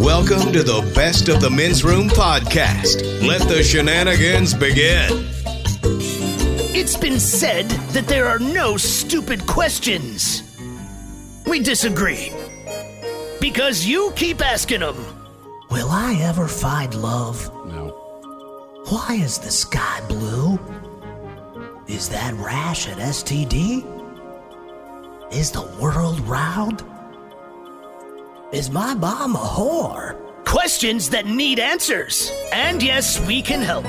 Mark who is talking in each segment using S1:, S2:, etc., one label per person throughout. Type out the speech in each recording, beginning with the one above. S1: Welcome to the Best of the Men's Room podcast. Let the shenanigans begin.
S2: It's been said that there are no stupid questions. We disagree. Because you keep asking them Will I ever find love?
S3: No.
S2: Why is the sky blue? Is that rash an STD? Is the world round? Is my mom a whore? Questions that need answers. And yes, we can help.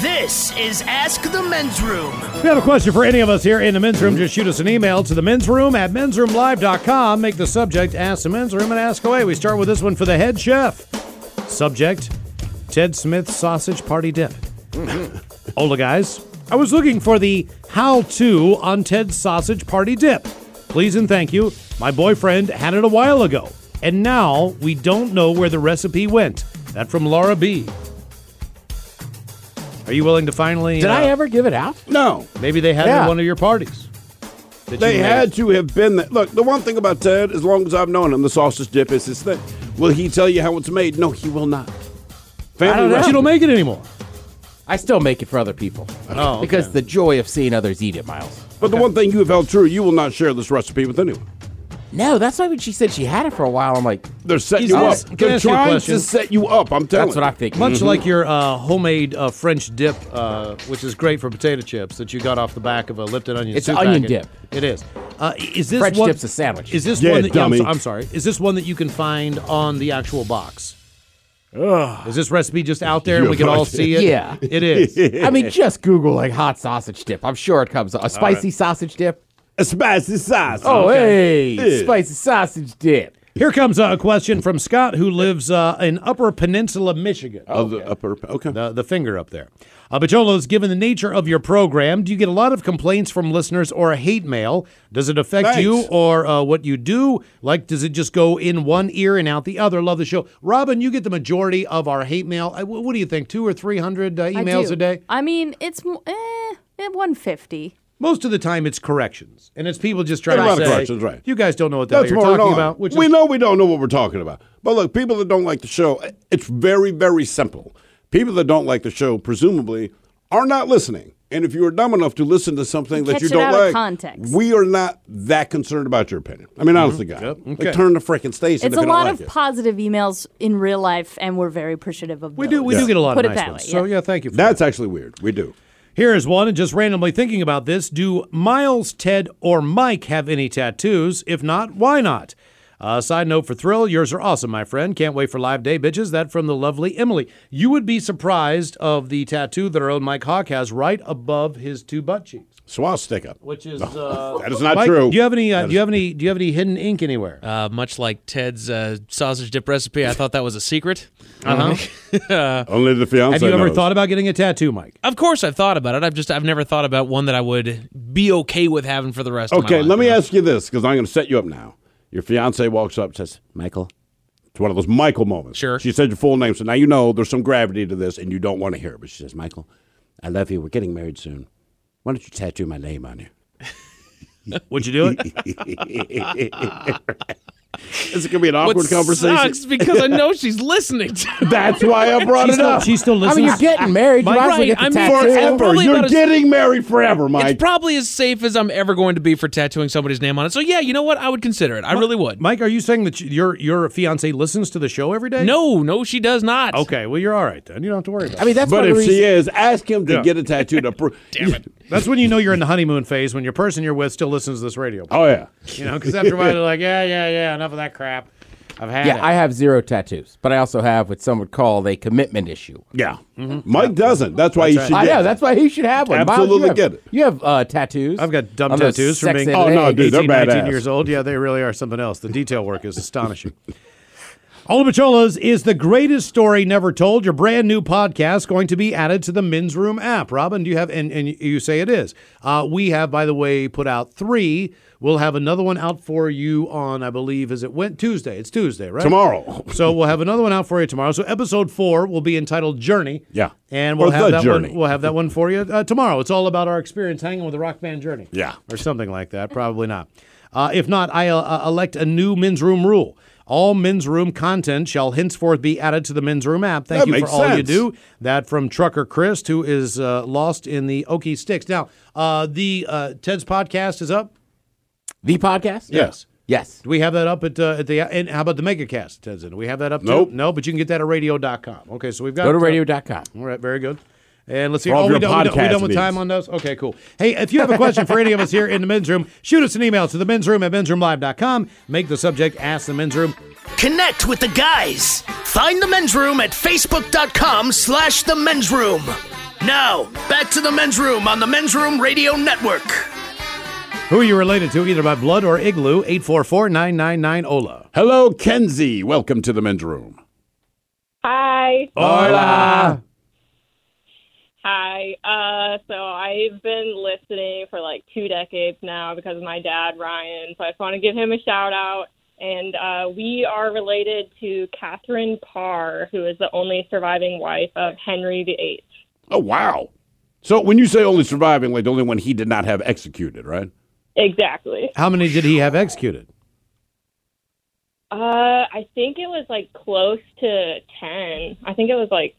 S2: This is Ask the Men's Room.
S4: If you have a question for any of us here in the men's room, just shoot us an email to the men's room at mensroomlive.com. Make the subject Ask the Men's Room and ask away. We start with this one for the head chef. Subject Ted Smith sausage party dip. Hola, guys. I was looking for the how to on Ted's sausage party dip. Please and thank you. My boyfriend had it a while ago, and now we don't know where the recipe went. That from Laura B. Are you willing to finally?
S5: Did I
S4: uh,
S5: ever give it out?
S3: No.
S4: Maybe they had it at
S5: Yeah.
S4: one of your parties. that you
S3: They
S4: made.
S3: had to have been there. Look, the one thing about Ted, as long as I've known him, the sausage dip is his thing. Will he tell you how it's made? No, he will not. Family
S5: don't know.
S4: But
S3: recipe.
S4: you don't make it anymore.
S5: I still make it for other people.
S4: Oh, okay.
S5: Because the joy of seeing others eat it, Miles.
S3: But the one thing you have held true, you will not share this recipe with anyone.
S5: No, that's why when she said she had it for a while, I'm like,
S3: They're setting
S4: He's
S3: you up.
S4: asked- can I
S3: They're
S4: ask you a
S3: trying
S4: question?
S3: to set you up. I'm telling
S5: that's what Mm-hmm.
S3: you. Mm-hmm.
S5: I'm thinking.
S4: Much like your uh, homemade uh, French dip, uh, which is great for potato chips that you got off the back of a Lipton onion.
S5: It's
S4: soup
S5: an onion
S4: packet.
S5: dip.
S4: It is. Uh, is this
S5: French
S4: one,
S5: dip's a sandwich.
S4: Is this
S3: Yeah,
S4: one? That, I'm,
S3: dummy.
S4: so- I'm sorry. Is this one that you can find on the actual box? Is this recipe just out there and we can all see it?
S5: Yeah.
S4: it is.
S5: I mean, just Google like hot sausage dip. I'm sure it comes up. A spicy sausage dip.
S3: A spicy sauce.
S5: Oh, hey,
S3: Yeah.
S5: spicy sausage dip.
S4: Here comes a question from Scott, who lives uh, in Upper Peninsula, Michigan.
S3: Of the upper. Okay.
S4: the, the finger up there. Uh, Bacholos, given the nature of your program, do you get a lot of complaints from listeners or hate mail? Does it affect
S3: Thanks.
S4: you or uh, what you do? Like, does it just go in one ear and out the other? Love the show. Robin, you get the majority of our hate mail. Uh, wh- what do you think? Two or 300 uh,
S6: I
S4: emails
S6: do.
S4: a day?
S6: I mean, it's mo- eh, eh, 150.
S4: Most of the time, it's corrections. And it's people just trying
S3: A lot
S4: to
S3: of
S4: say,
S3: corrections, right.
S4: you guys don't know what the hell
S3: That's
S4: you're
S3: what we're
S4: talking
S3: on.
S4: about. Which
S3: we
S4: is,
S3: know we don't know what we're talking about. But look, people that don't like the show, it's very, very simple. People that don't like the show, presumably, are not listening. And if you are dumb enough to listen to something that
S6: Catch
S3: you
S6: it
S3: don't
S6: out of
S3: like,
S6: context.
S3: we are not that concerned about your opinion. I mean,
S4: Mm-hmm.
S3: honestly, guys,
S4: Okay.
S3: like, turn the freaking station.
S6: it's
S3: if
S6: a
S3: you
S6: lot
S3: don't
S6: of
S3: like it.
S6: positive emails in real life, and we're very appreciative of
S4: we do, we
S6: those.
S4: do get a lot
S6: Put
S4: of
S6: it
S4: nice
S6: that
S4: ones.
S6: way.
S4: So,
S6: yeah.
S4: yeah, thank you for that.
S3: That's actually weird. We do.
S4: Here is one, and just randomly thinking about this do Miles, Ted, or Mike have any tattoos? If not, why not? Uh, side note for Thrill, yours are awesome, my friend. Can't wait for Live Day, bitches. That from the lovely Emily. You would be surprised of the tattoo that our own Mike Hawk has right above his two butt cheeks,
S3: Swastika.
S4: which is. Uh,
S3: That is not
S4: Mike,
S3: true.
S4: Do you have any? Uh, do you have any? Do you have any hidden ink anywhere?
S7: uh, much like Ted's uh, sausage dip recipe, I thought that was a secret.
S4: Uh-huh.
S7: Uh,
S3: Only the fiance.
S4: have you ever
S3: knows.
S4: thought about getting a tattoo, Mike?
S7: Of course, I've thought about it. I've just I've never thought about one that I would be okay with having for the rest. of my
S3: Okay,
S7: life,
S3: let me
S7: you know?
S3: ask you this because I'm going to set you up now. Your fiance walks up, says, "Michael." It's one of those Michael moments.
S7: Sure.
S3: She said your full name, so now you know there's some gravity to this, and you don't want to hear it. But she says, "Michael, I love you. We're getting married soon. Why don't you tattoo my name on you?"
S4: Would you do it?
S3: Is it going to be an
S7: What
S3: awkward conversation?
S7: sucks because I know she's listening. To
S3: That's why I brought it
S4: she's, still,
S3: up.
S4: she still
S5: I
S4: listens.
S5: mean, you're getting married. You
S4: Mike,
S5: might as well
S7: right,
S5: get the
S7: I mean,
S5: tattoo.
S7: it's
S3: forever.
S7: probably
S3: You're
S7: about as-
S3: getting married forever, Mike.
S7: it's probably as safe as I'm ever going to be for tattooing somebody's name on it. So yeah, you know what? I would consider it. I really would.
S4: Mike, are you saying that your your fiance listens to the show every day?
S7: No, no, she does not.
S4: Okay, well you're all right then. You don't have to worry about. it.
S5: I mean, that's
S3: but
S5: one of
S3: if
S5: the
S3: she
S5: reasons.
S3: is, ask him to
S4: Yeah.
S3: get a tattoo to prove. Damn it.
S4: That's when you know you're in the honeymoon phase when your person you're with still listens to this radio.
S3: Oh yeah.
S4: You know, because after a while they're like, yeah, yeah, yeah, enough of that crap. I've had
S5: Yeah,
S4: it.
S5: I have zero tattoos, but I also have what some would call a commitment issue.
S3: Yeah.
S4: Mm-hmm.
S3: Mike doesn't. That's why he should
S5: I
S3: get
S5: know. That's why he should have one. Miles, you
S3: Absolutely
S5: have-
S3: get it.
S5: You have uh, tattoos.
S4: I've got dumb
S5: on those
S4: tattoos from
S5: sex
S4: being-
S5: and
S3: Oh, no,
S5: egg.
S3: dude, they're
S4: 18, 19
S3: badass.
S4: years old. Yeah, they really are something else. The detail work is astonishing. Olabacholas is the greatest story never told. Your brand new podcast going to be added to the Men's Room app. Robin, do you have? And, and you say it is. Uh, we have, by the way, put out three. We'll have another one out for you on, I believe, is it went Tuesday? It's Tuesday, right?
S3: Tomorrow.
S4: So we'll have another one out for you tomorrow. So episode four will be entitled Journey.
S3: Yeah.
S4: and
S3: Or
S4: we'll
S3: The
S4: have that
S3: Journey.
S4: one. We'll have that one for you uh, tomorrow. It's all about our experience hanging with the rock band Journey.
S3: Yeah.
S4: or something like that. Probably not. Uh, if not, I uh, elect a new men's room rule. All men's room content shall henceforth be added to the men's room app. Thank
S3: That
S4: you for
S3: makes
S4: all you
S3: sense.
S4: do. That from Trucker Chris, who is uh, lost in the Okie sticks. Now, uh, the uh, Ted's podcast is up.
S5: The podcast?
S3: Yes.
S5: Yes.
S4: Do we have that up at, uh, at the and how about the MegaCast, Tenzin? Do we have that up
S3: Nope.
S4: too? No, but you can get that at radio.com. Okay, so we've got
S5: Go to
S4: uh,
S5: radio.com.
S4: all right, very good. And let's see.
S3: For all
S4: Oh,
S3: of
S4: we
S3: your
S4: done, we done- we
S3: podcast
S4: done with
S3: needs.
S4: time on those? Okay, cool. Hey, if you have a question for any of us here in the men's room, shoot us an email to the men's room at mensroomlive.com. Make the subject Ask the Men's Room.
S2: Connect with the guys. Find the men's room at facebook.com slash the men's room. Now, back to the men's room on the men's room radio network.
S4: Who are you related to, either by blood or igloo? 844 999 OLA.
S3: Hello, Kenzie. Welcome to the men's room.
S8: Hi.
S3: Hola.
S8: Hi. Uh, so I've been listening for like two decades now because of my dad, Ryan. So I just want to give him a shout out. And uh, we are related to Catherine Parr, who is the only surviving wife of Henry VIII.
S3: Oh, wow. So when you say only surviving, like the only one he did not have executed, right?
S8: Exactly.
S4: How many did he have executed?
S8: Uh, I think it was like close to 10. I think it was like,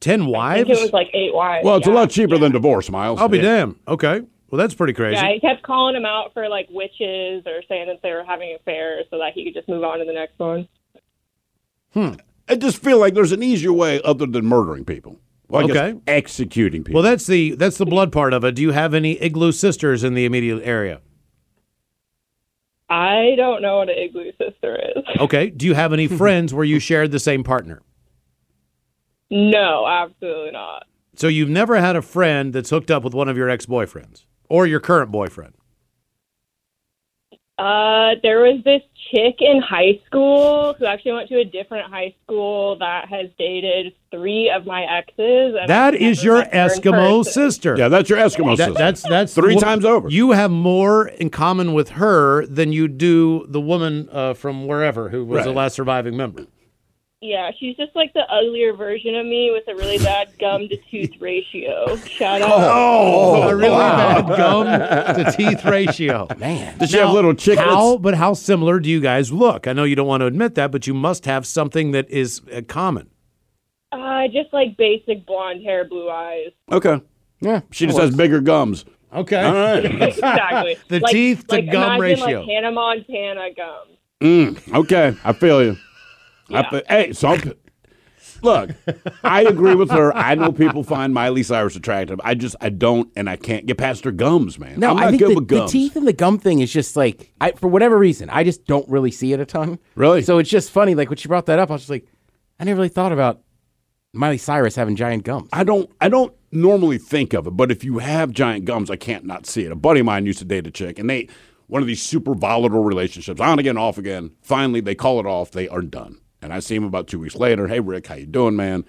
S4: 10
S8: I think
S4: wives?
S8: it was like eight wives.
S3: Well, it's a
S8: yeah.
S3: lot cheaper than divorce, Miles.
S4: I'll be
S3: Yeah.
S4: damned. Okay. Well, that's pretty crazy.
S8: Yeah, I kept calling him out for like witches or saying that they were having affairs so that he could just move on to the next one.
S4: Hmm.
S3: I just feel like there's an easier way other than murdering people. Well, I guess
S4: Okay.
S3: executing people.
S4: Well, that's the that's the blood part of it. Do you have any igloo sisters in the immediate area?
S8: I don't know what an igloo sister is.
S4: Okay. Do you have any friends where you shared the same partner?
S8: No, absolutely not.
S4: So you've never had a friend that's hooked up with one of your ex-boyfriends or your current boyfriend.
S8: Uh, there was this chick in high school who actually went to a different high school that has dated three of my exes. and
S4: That
S8: I've
S4: is
S8: never
S4: your
S8: met her in
S4: Eskimo
S8: person.
S4: sister.
S3: yeah, that's your Eskimo
S4: That-
S3: sister.
S4: that's that's
S3: Three
S4: wo-
S3: times over.
S4: You have more in common with her than you do the woman uh, from wherever who was the
S3: Right.
S4: last surviving member.
S8: Yeah, she's just like the uglier version of me with a really bad gum to tooth ratio.
S3: Oh.
S8: Shout out.
S4: Oh, a really bad gum to teeth ratio. Man,
S3: Does she have little chiclets?
S4: How, but how similar do you guys look? I know you don't want to admit that, but you must have something that is uh, common.
S8: Uh, just like basic blonde hair, blue eyes.
S3: Okay.
S5: Yeah.
S3: She just has bigger gums.
S4: Okay.
S3: All right.
S8: Exactly.
S4: The
S8: Like-
S4: teeth to
S8: like,
S4: gum
S8: imagine,
S4: ratio.
S8: Like Hannah Montana gum.
S3: Mm, Okay. I feel you. I
S8: Yeah.
S3: feel, hey, some. Look, I agree with her. I know people find Miley Cyrus attractive. I just, I don't, and I can't get past her gums, man.
S5: No,
S3: I'm not
S5: I think
S3: good
S5: the,
S3: with
S5: the
S3: gums.
S5: teeth and the gum thing is just like I for whatever reason I just don't really see it a ton.
S3: Really?
S5: So it's just funny. Like when she brought that up, I was just like, I never really thought about Miley Cyrus having giant gums.
S3: I don't I don't normally think of it, but if you have giant gums, I can't not see it. A buddy of mine used to date a chick, and they one of these super volatile relationships, on again, off again. Finally, they call it off. They are done. And I see him about two weeks later. Hey, Rick, how you doing, man?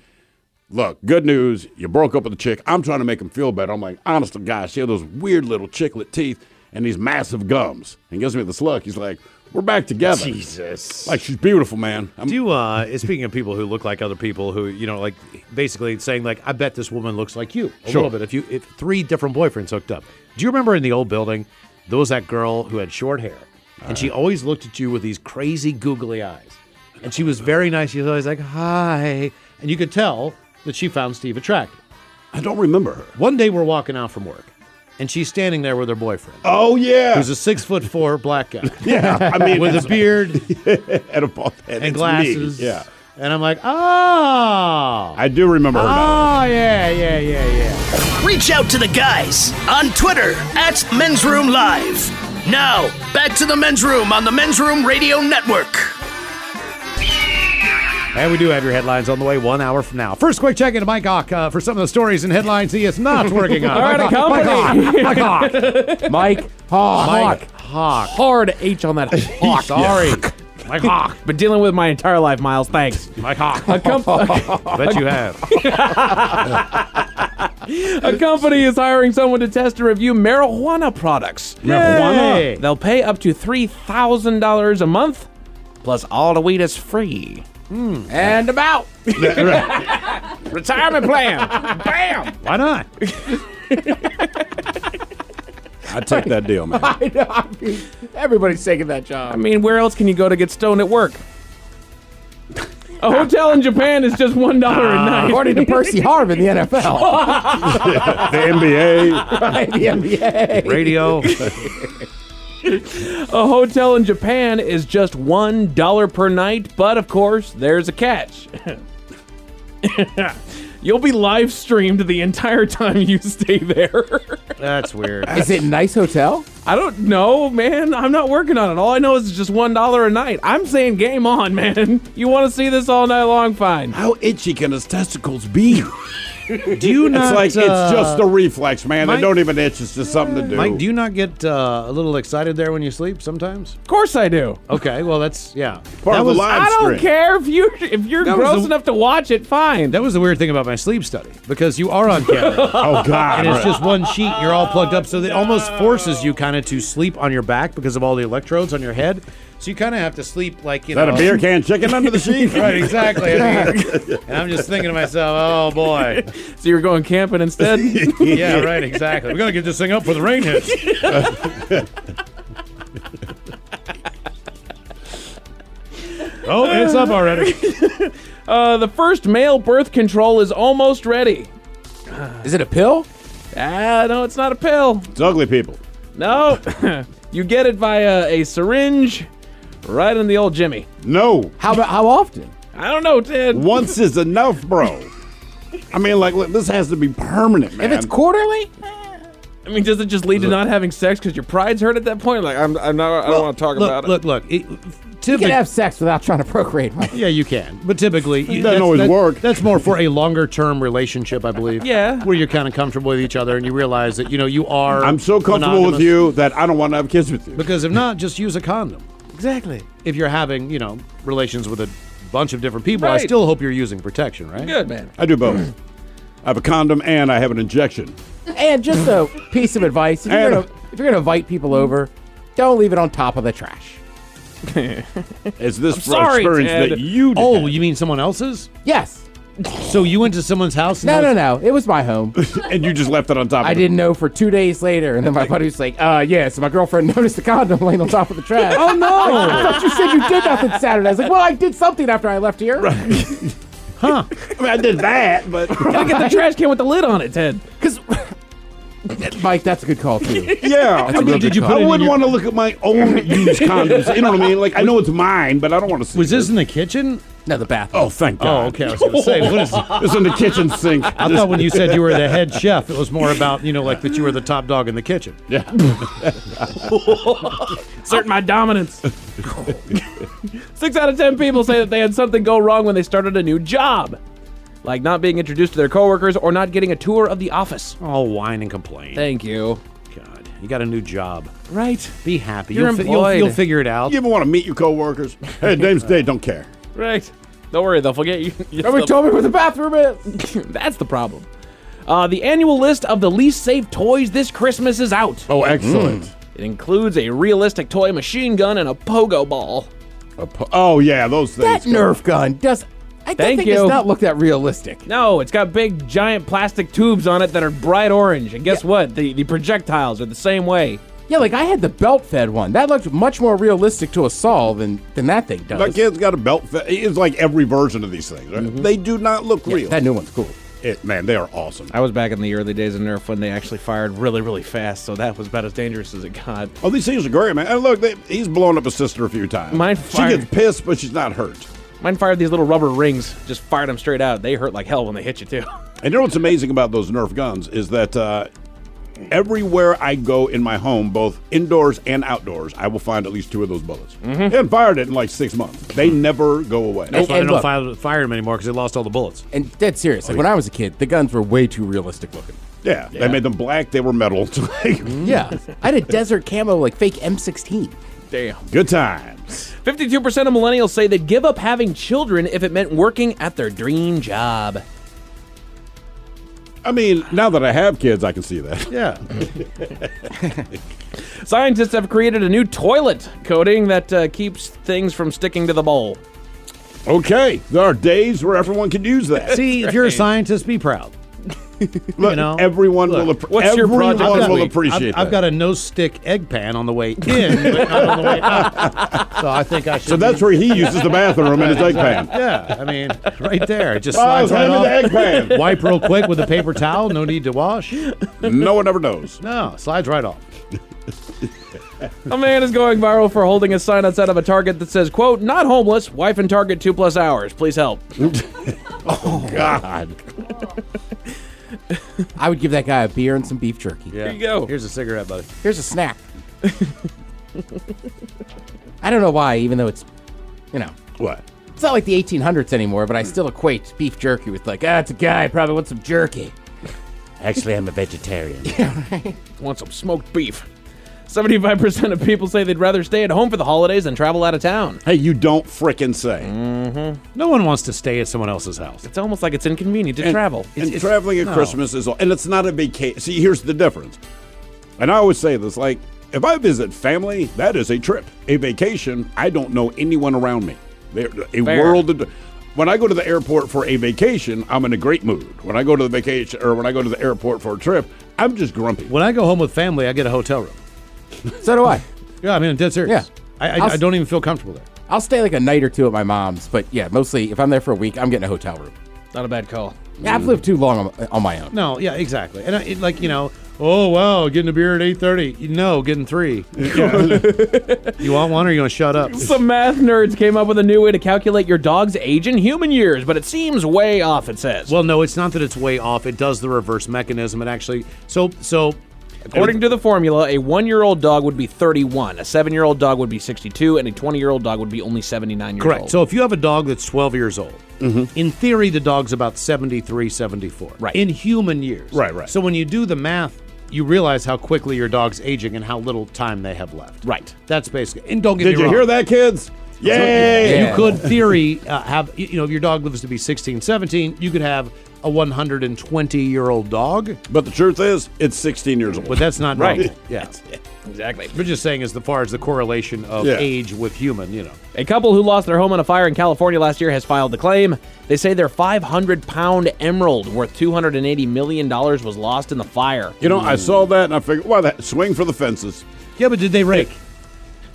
S3: Look, good news. You broke up with a chick. I'm trying to make him feel better. I'm like, honest to God, she had those weird little chiclet teeth and these massive gums. And he gives me this look. He's like, we're back together. Jesus. Like, she's beautiful, man. I'm,
S4: Do you, uh, speaking of people who look like other people, who you know, like basically saying like, I bet this woman looks like you a
S3: Sure.
S4: little bit. If you, if three different boyfriends hooked up, do you remember in the old building, there was that girl who had short hair, and
S3: Uh.
S4: she always looked at you with these crazy googly eyes, and she was very nice. She was always like, hi, and you could tell that she found Steve attractive.
S3: I don't remember her.
S4: One day we're walking out from work, and she's standing there with her boyfriend,
S3: Oh, yeah.
S4: who's a six foot four black guy
S3: yeah. I mean,
S4: with
S3: it's-
S4: a beard
S3: at a ball head.
S4: and
S3: It's
S4: glasses.
S3: me. Yeah.
S4: And I'm like, oh.
S3: I do remember her now.
S4: Oh, yeah, yeah, yeah, yeah.
S2: Reach out to the guys on Twitter at Men's Room Live. Now, back to the Men's Room on the Men's Room Radio Network.
S4: And we do have your headlines on the way one hour from now. First, quick check into Mike Ock uh, for some of the stories and headlines he is not working on.
S5: All right,
S4: Mike
S5: a
S4: Ock,
S5: company.
S4: Mike Ock. Mike
S5: Mike Hawk.
S4: Ock. Oh, Mike Hawk.
S5: Hard H on that Hawk.
S4: Sorry. Like Hawk.
S7: Been dealing with my entire life, Miles. Thanks.
S4: Like Hawk.
S7: A, com- a-
S4: Bet you have.
S7: a company is hiring someone to test and review marijuana products.
S4: Marijuana? Yay.
S7: They'll pay up to three thousand dollars a month, plus all the weed is free. And about retirement plan. Bam.
S4: Why not?
S3: I take that deal, man.
S5: Everybody's taking that job.
S7: I mean, where else can you go to get stoned at work? A hotel in Japan is just one dollar a night.
S5: Ah, According to Percy Harvin, the NFL,
S3: the NBA.
S5: right, the NBA.
S4: Radio.
S7: A hotel in Japan is just one dollar per night, but of course, there's a catch. You'll be live streamed the entire time you stay there.
S4: That's weird.
S5: Is it nice hotel?
S7: I don't know, man. I'm not working on it. All I know is it's just one dollar a night. I'm saying game on, man. You want to see this all night long? Fine.
S3: How itchy can his testicles be?
S4: Do you
S3: It's
S4: not?
S3: like
S4: uh,
S3: it's just a reflex, man.
S4: Mike-
S3: they don't even itch. It's just something to do.
S4: Mike, do you not get uh, a little excited there when you sleep sometimes?
S7: Of course I do.
S4: Okay, well that's yeah.
S3: Part
S4: that
S3: of the
S4: was
S3: live
S7: I don't
S3: stream.
S7: care if you if you're
S4: That was
S7: gross
S4: the-
S7: enough to watch it. Fine.
S4: that was the weird thing about my sleep study because you are on camera.
S3: Oh God!
S4: and it's just one sheet. You're all plugged up, so it almost forces you kind of to sleep on your back because of all the electrodes on your head. So you kind of have to sleep like you
S3: Is that
S4: know.
S3: a beer can chicken under the sheet?
S4: Right, exactly. I mean, and I'm just thinking to myself, oh boy,
S7: So you're going camping instead.
S4: yeah, right, exactly. We're gonna get this thing up for the rain hits. oh, it's up already.
S7: uh, the first male birth control is almost ready.
S5: Is it a pill?
S7: Ah, no, it's not a pill.
S3: It's ugly people.
S7: No, you get it via a syringe, right in the old Jimmy.
S3: No,
S5: How about how often?
S7: I don't know, Ted.
S3: once is enough, bro. I mean, like, look, this has to be permanent, man.
S5: If it's quarterly,
S7: I mean, does it just lead to not having sex because your pride's hurt at that point? Like, I'm, I'm not, I don't want to talk
S4: look,
S7: about
S4: look, look.
S5: you
S4: It, typically,
S5: can have sex without trying to procreate. Mike.
S4: yeah, you can, but typically, you-
S3: doesn't
S4: that's-
S3: always
S4: that-
S3: work.
S4: That's more for a longer-term relationship, I believe.
S7: Yeah.
S4: where you're kind of comfortable with each other, and you realize that you know you are.
S3: I'm so comfortable
S4: monogamous.
S3: with you that I don't want to have kids with you.
S4: because if not, just use a condom.
S7: it. Exactly.
S4: If you're having you know relations with a bunch of different people,
S7: Right.
S4: I still hope you're using protection, right?
S7: Good man.
S3: I do both. I have a condom and I have an injection.
S5: And just a piece of advice: if you're,
S3: And-
S5: gonna, if you're gonna invite people over, don't leave it on top of the trash.
S3: It's this
S7: sorry,
S3: experience
S7: Ted.
S3: that you did.
S4: Oh, you mean someone else's?
S5: Yes.
S4: So you went to someone's house? And
S5: No,
S4: that
S5: no,
S4: was-
S5: no. It was my home.
S3: and you just left it on top.
S5: I
S3: of the-
S5: didn't know for two days later, and then my buddy was like, "Uh, yeah." So my girlfriend noticed the condom laying on top of the trash. oh no! I thought you said you did nothing Saturday. I was like, "Well, I did something after I left here."
S3: I, mean, I did that, but
S7: Gotta get the trash can with the lid on it, Ted.
S5: Because Mike, that's a good call too.
S3: yeah. I,
S4: mean, did you put it
S3: I
S4: in
S3: wouldn't
S4: your-
S3: want to look at my own used condoms. You know what I mean? Like I know it's mine, but I don't want to see.
S4: Was
S3: it.
S4: this in the kitchen?
S5: No, the bathroom.
S3: Oh, thank
S4: Oh,
S3: God.
S4: okay. I was gonna say, what is? I
S3: It's in the kitchen sink. I
S4: thought when you said you were the head chef, it was more about you know like that you were the top dog in the kitchen.
S3: Yeah.
S7: Assert my dominance. Six out of ten people say that they had something go wrong when they started a new job, like not being introduced to their coworkers or not getting a tour of the office.
S4: All whine and complain.
S7: Thank you.
S4: God, you got a new job.
S7: Right.
S4: Be happy.
S7: You're
S4: you'll, fi- you'll,
S7: employed.
S4: you'll figure it out.
S3: You ever want to meet your coworkers? Hey, name's Dave. Don't care.
S7: Right. Don't worry, they'll forget you.
S5: Nobody told me where the bathroom is.
S7: That's the problem. Uh, the annual list of the least safe toys this Christmas is out. Mm.
S3: Oh, excellent.
S7: It includes a realistic toy machine gun and a pogo ball.
S3: A po- oh yeah, those
S5: That
S3: things.
S5: Nerf gun does. I don't
S7: Thank
S5: think
S7: you.
S5: does not look that realistic.
S7: No, it's got big, giant plastic tubes on it that are bright orange. And guess what? The, the projectiles are the same way.
S5: Yeah, like I had the belt fed one. That looked much more realistic to a saw than than that thing does.
S3: My kid's got a belt. Fa- it's like every version of these things. Right?
S4: Mm-hmm.
S3: They do not look
S5: Yeah,
S3: real.
S5: that new one's cool.
S3: It- man, they are awesome.
S7: I was back in the early days of Nerf when they actually fired really, really fast, so that was about as dangerous as it got.
S3: Oh, these things are great, man. And look, they, he's blown up his sister a few times.
S7: Mine
S3: she
S7: fired-
S3: gets pissed, but she's not hurt.
S7: Mine fired these little rubber rings, just fired them straight out. They hurt like hell when they hit you, too.
S3: And you know what's amazing about those Nerf guns is that uh, everywhere I go in my home, both indoors and outdoors, I will find at least two of those bullets. And fired it in like six months. They never go away.
S4: Mm-hmm. That's why
S5: And-
S4: they
S5: and
S4: don't
S5: look-
S4: fire, fire them anymore because they lost all the bullets.
S5: And dead serious. Like when I was a kid, the guns were way too realistic looking.
S3: Yeah, they made them black. They were metal. It's like,
S5: Yeah, I had a desert camo like fake M16.
S7: Damn.
S3: Good times.
S7: Fifty-two percent of millennials say they'd give up having children if it meant working at their dream job.
S3: I mean, now that I have kids, I can see that.
S4: Yeah.
S7: Scientists have created a new toilet coating that uh, keeps things from sticking to the bowl.
S3: Okay, there are days where everyone can use that.
S4: See, if you're a scientist, be proud.
S3: Look,
S4: you know,
S3: everyone will,
S4: look,
S3: appre-
S7: what's your
S3: everyone
S7: project this
S3: will
S7: week?
S3: appreciate
S4: I've,
S3: that.
S4: I've got a no stick egg pan on the way in, but not on the way out. So I think I should.
S3: so that's where he uses the bathroom in his egg pan.
S4: Yeah, I mean, right there. It Just
S3: Miles,
S4: slides right
S3: hand me
S4: off.
S3: the egg pan.
S4: Wipe real quick with a paper towel. No need to wash.
S3: No one ever knows.
S4: No, slides right off.
S7: A man is going viral for holding a sign outside of a Target that says, "quote Not homeless. Wife in Target two plus hours. Please help."
S3: Oh, God.
S5: I would give that guy a beer and some beef jerky.
S4: Yeah.
S7: you
S4: Here
S7: go.
S4: Here's a cigarette, buddy.
S5: Here's a snack. I don't know why, even though it's, you know,
S3: What?
S5: it's not like the 1800s anymore, but I still equate beef jerky with like, ah, it's a guy probably wants some jerky. Actually, I'm a vegetarian.
S7: Want some smoked beef? Seventy-five percent of people say they'd rather stay at home for the holidays than travel out of town.
S3: Hey, you don't frickin' say.
S4: Mm-hmm. No one wants to stay at someone else's house.
S7: It's almost like it's inconvenient to
S3: And-
S7: travel.
S3: And traveling at Christmas is all, and it's not a vacation. See, here's the difference. And I always say this like, if I visit family, that is a trip. A vacation, I don't know anyone around me. There, a
S7: Fair.
S3: world. Of, when I go to the airport for a vacation, I'm in a great mood. When I go to the vacation, or when I go to the airport for a trip, I'm just grumpy.
S4: When I go home with family, I get a hotel room.
S5: so do I.
S4: Yeah, I mean, I'm dead serious.
S5: Yeah.
S4: I, I,
S5: I'll
S4: I don't even feel comfortable there.
S5: I'll stay like a night or two at my mom's, but yeah, mostly if I'm there for a week, I'm getting a hotel room.
S7: Not a bad call.
S5: Yeah, I've lived too long on, on my own.
S4: e- No, yeah, exactly. And I, it, like, you know, oh, wow, getting a beer at 8.30. No, getting three. you want one or you going to shut up?
S7: Some math nerds came up with a new way to calculate your dog's age in human years, but it seems way off, it says.
S4: Well, no, it's not that it's way off. It does the reverse mechanism. It actually, so, so
S7: According to the formula, a one year old dog would be 31, a seven year old dog would be 62, and a 20 year old dog would be only 79 years
S4: Correct.
S7: old. Mm-hmm.
S4: So if you have a dog that's 12 years old, in theory, the dog's about 73, 74.
S7: Right.
S4: In human years.
S3: Right, right.
S4: So when you do the math, you realize how quickly your dog's aging and how little time they have left.
S7: Right.
S4: That's basically. And don't get
S3: Did
S4: me
S3: you
S4: wrong.
S3: hear that, kids? Yay!
S5: Yeah.
S4: You could theory uh, have you know if your dog lives to be 16, 17, you could have a 120 year old dog,
S3: But the truth is, it's 16 years old.
S4: but that's not
S7: Right.
S4: normal. Yeah.
S7: exactly.
S4: We're just saying as the far as the correlation of
S3: Yeah.
S4: age with human, you know.
S7: A couple who lost their home in a fire in California last year has filed the claim. They say their 500 pound emerald worth $280 million was lost in the fire.
S3: you
S5: Hmm.
S3: know, I saw that and I figured, why that? Swing for the fences.
S4: Yeah, but did they rake?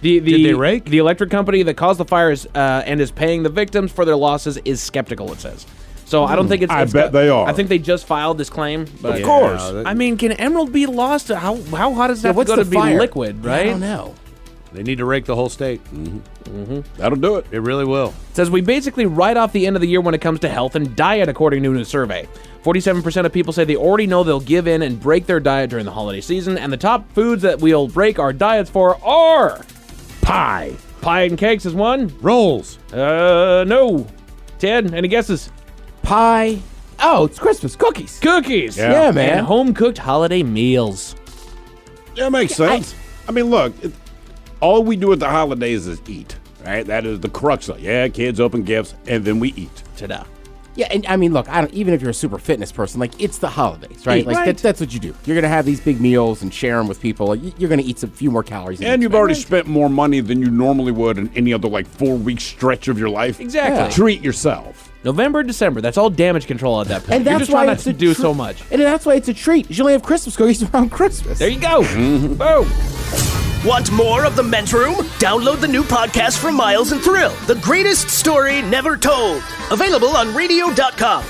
S7: The, the,
S4: Did they rake?
S7: The electric company that caused the fires uh, and is paying the victims for their losses is skeptical, it says. So I don't think it's.
S3: Hmm. I
S7: it's
S3: bet they are.
S7: I think they just filed this claim. But
S3: Of course.
S7: I mean, can emerald be lost? How how hot is that
S5: what's
S7: going
S5: the
S7: to be
S5: fire?
S7: liquid, right?
S5: I don't know.
S4: They need to rake the whole state.
S3: Mm-hmm. That'll do it.
S4: It really will.
S7: It says we basically write off the end of the year when it comes to health and diet, according to a new survey. 47% of people say they already know they'll give in and break their diet during the holiday season, and the top foods that we'll break our diets for are pie. Pie and cakes is one.
S4: Rolls.
S7: Uh, no. Ted, any guesses?
S5: Pie. Oh, it's Christmas cookies.
S7: Cookies.
S3: Yeah.
S5: Yeah, man.
S7: And home cooked holiday meals.
S3: That makes sense. I, mean, look, it, all we do at the holidays is eat. Right? That is the crux of it. Yeah, kids open gifts and then we eat.
S7: Ta-da.
S5: Yeah, and I mean, look, I don't even if you're a super fitness person, like it's the holidays, right?
S3: Yeah,
S5: Like
S3: right.
S5: That, that's what you do. You're gonna have these big meals and share them with people. Like, y- you're gonna eat some few more calories. than
S3: And
S5: you
S3: you've already spent more money than you normally would in any other like four week stretch of your life.
S7: Exactly. Yeah.
S3: Treat yourself.
S7: November, December. That's all damage control at that point.
S5: And
S7: You're
S5: that's
S7: just
S5: why
S7: trying not
S5: it's
S7: to
S5: a
S7: do
S5: tr-
S7: so much.
S5: And that's why it's a treat. You only have Christmas cookies around Christmas.
S7: There you go.
S4: Mm-hmm.
S7: Boom.
S9: Want more of The Men's Room? Download the new podcast from Miles and Thrill, The Greatest Story Never Told. Available on radio.com.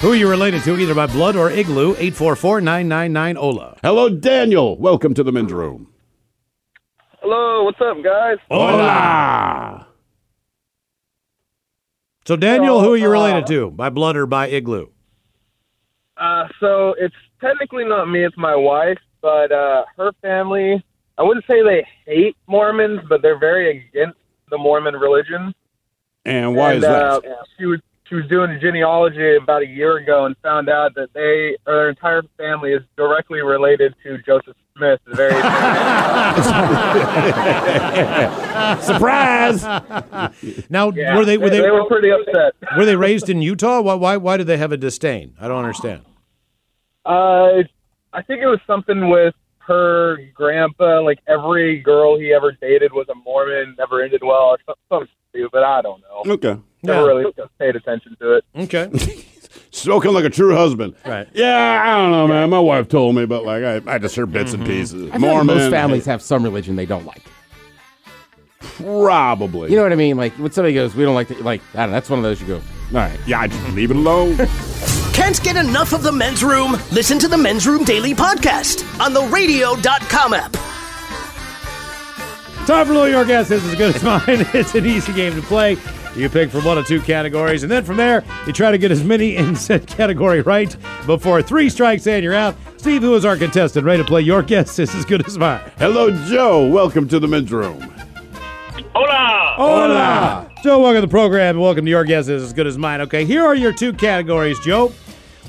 S4: Who are you related to, either by blood or igloo? 844 999 OLA.
S3: Hello, Daniel. Welcome to the men's room.
S10: Hello, what's up, guys?
S3: Hola.
S4: So, Daniel, who are you related to, by blood or by igloo?
S10: Uh, so it's technically not me; it's my wife, but uh, her family. I wouldn't say they hate Mormons, but they're very against the Mormon religion.
S3: And why
S10: and,
S3: is that?
S10: Uh, she was she was doing a genealogy about a year ago and found out that they or their entire family is directly related to Joseph Smith is very.
S4: Surprise! now,
S10: Yeah,
S4: were they were they,
S10: they were pretty upset.
S4: Were they raised in Utah? Why why why did they have a disdain? I don't understand.
S10: Uh, I think it was something with her grandpa. Like every girl he ever dated was a Mormon. Never ended well. Or some- something stupid. I don't know.
S3: Okay.
S10: Never
S3: Yeah.
S10: really paid attention to it.
S4: Okay.
S3: Spoken like a true husband.
S4: Right.
S3: Yeah, I don't know, man. My wife told me, but like I, I just heard bits and pieces.
S5: Mm-hmm. I feel like most
S3: Mormon.
S5: families have some religion they don't like.
S3: Probably.
S5: You know what I mean? Like when somebody goes, "We don't like that," like I don't know. That's one of those you go, "All
S3: right, yeah, I just leave it alone."
S9: Can't get enough of the men's room? Listen to the Men's Room Daily Podcast on the radio.com app.
S4: Time for Know Your Guess. This is as good as mine. It's an easy game to play. You pick from one of two categories, and then from there, you try to get as many in said category right before three strikes and you're out. Steve, who is our contestant, ready to play Your Guess is as good as mine.
S3: Hello, Oh, Joe. Welcome to the men's room.
S11: Hola!
S4: Hola! Joe, welcome to the program. and Welcome to Your Guess is as good as mine. Okay, here are your two categories, Joe.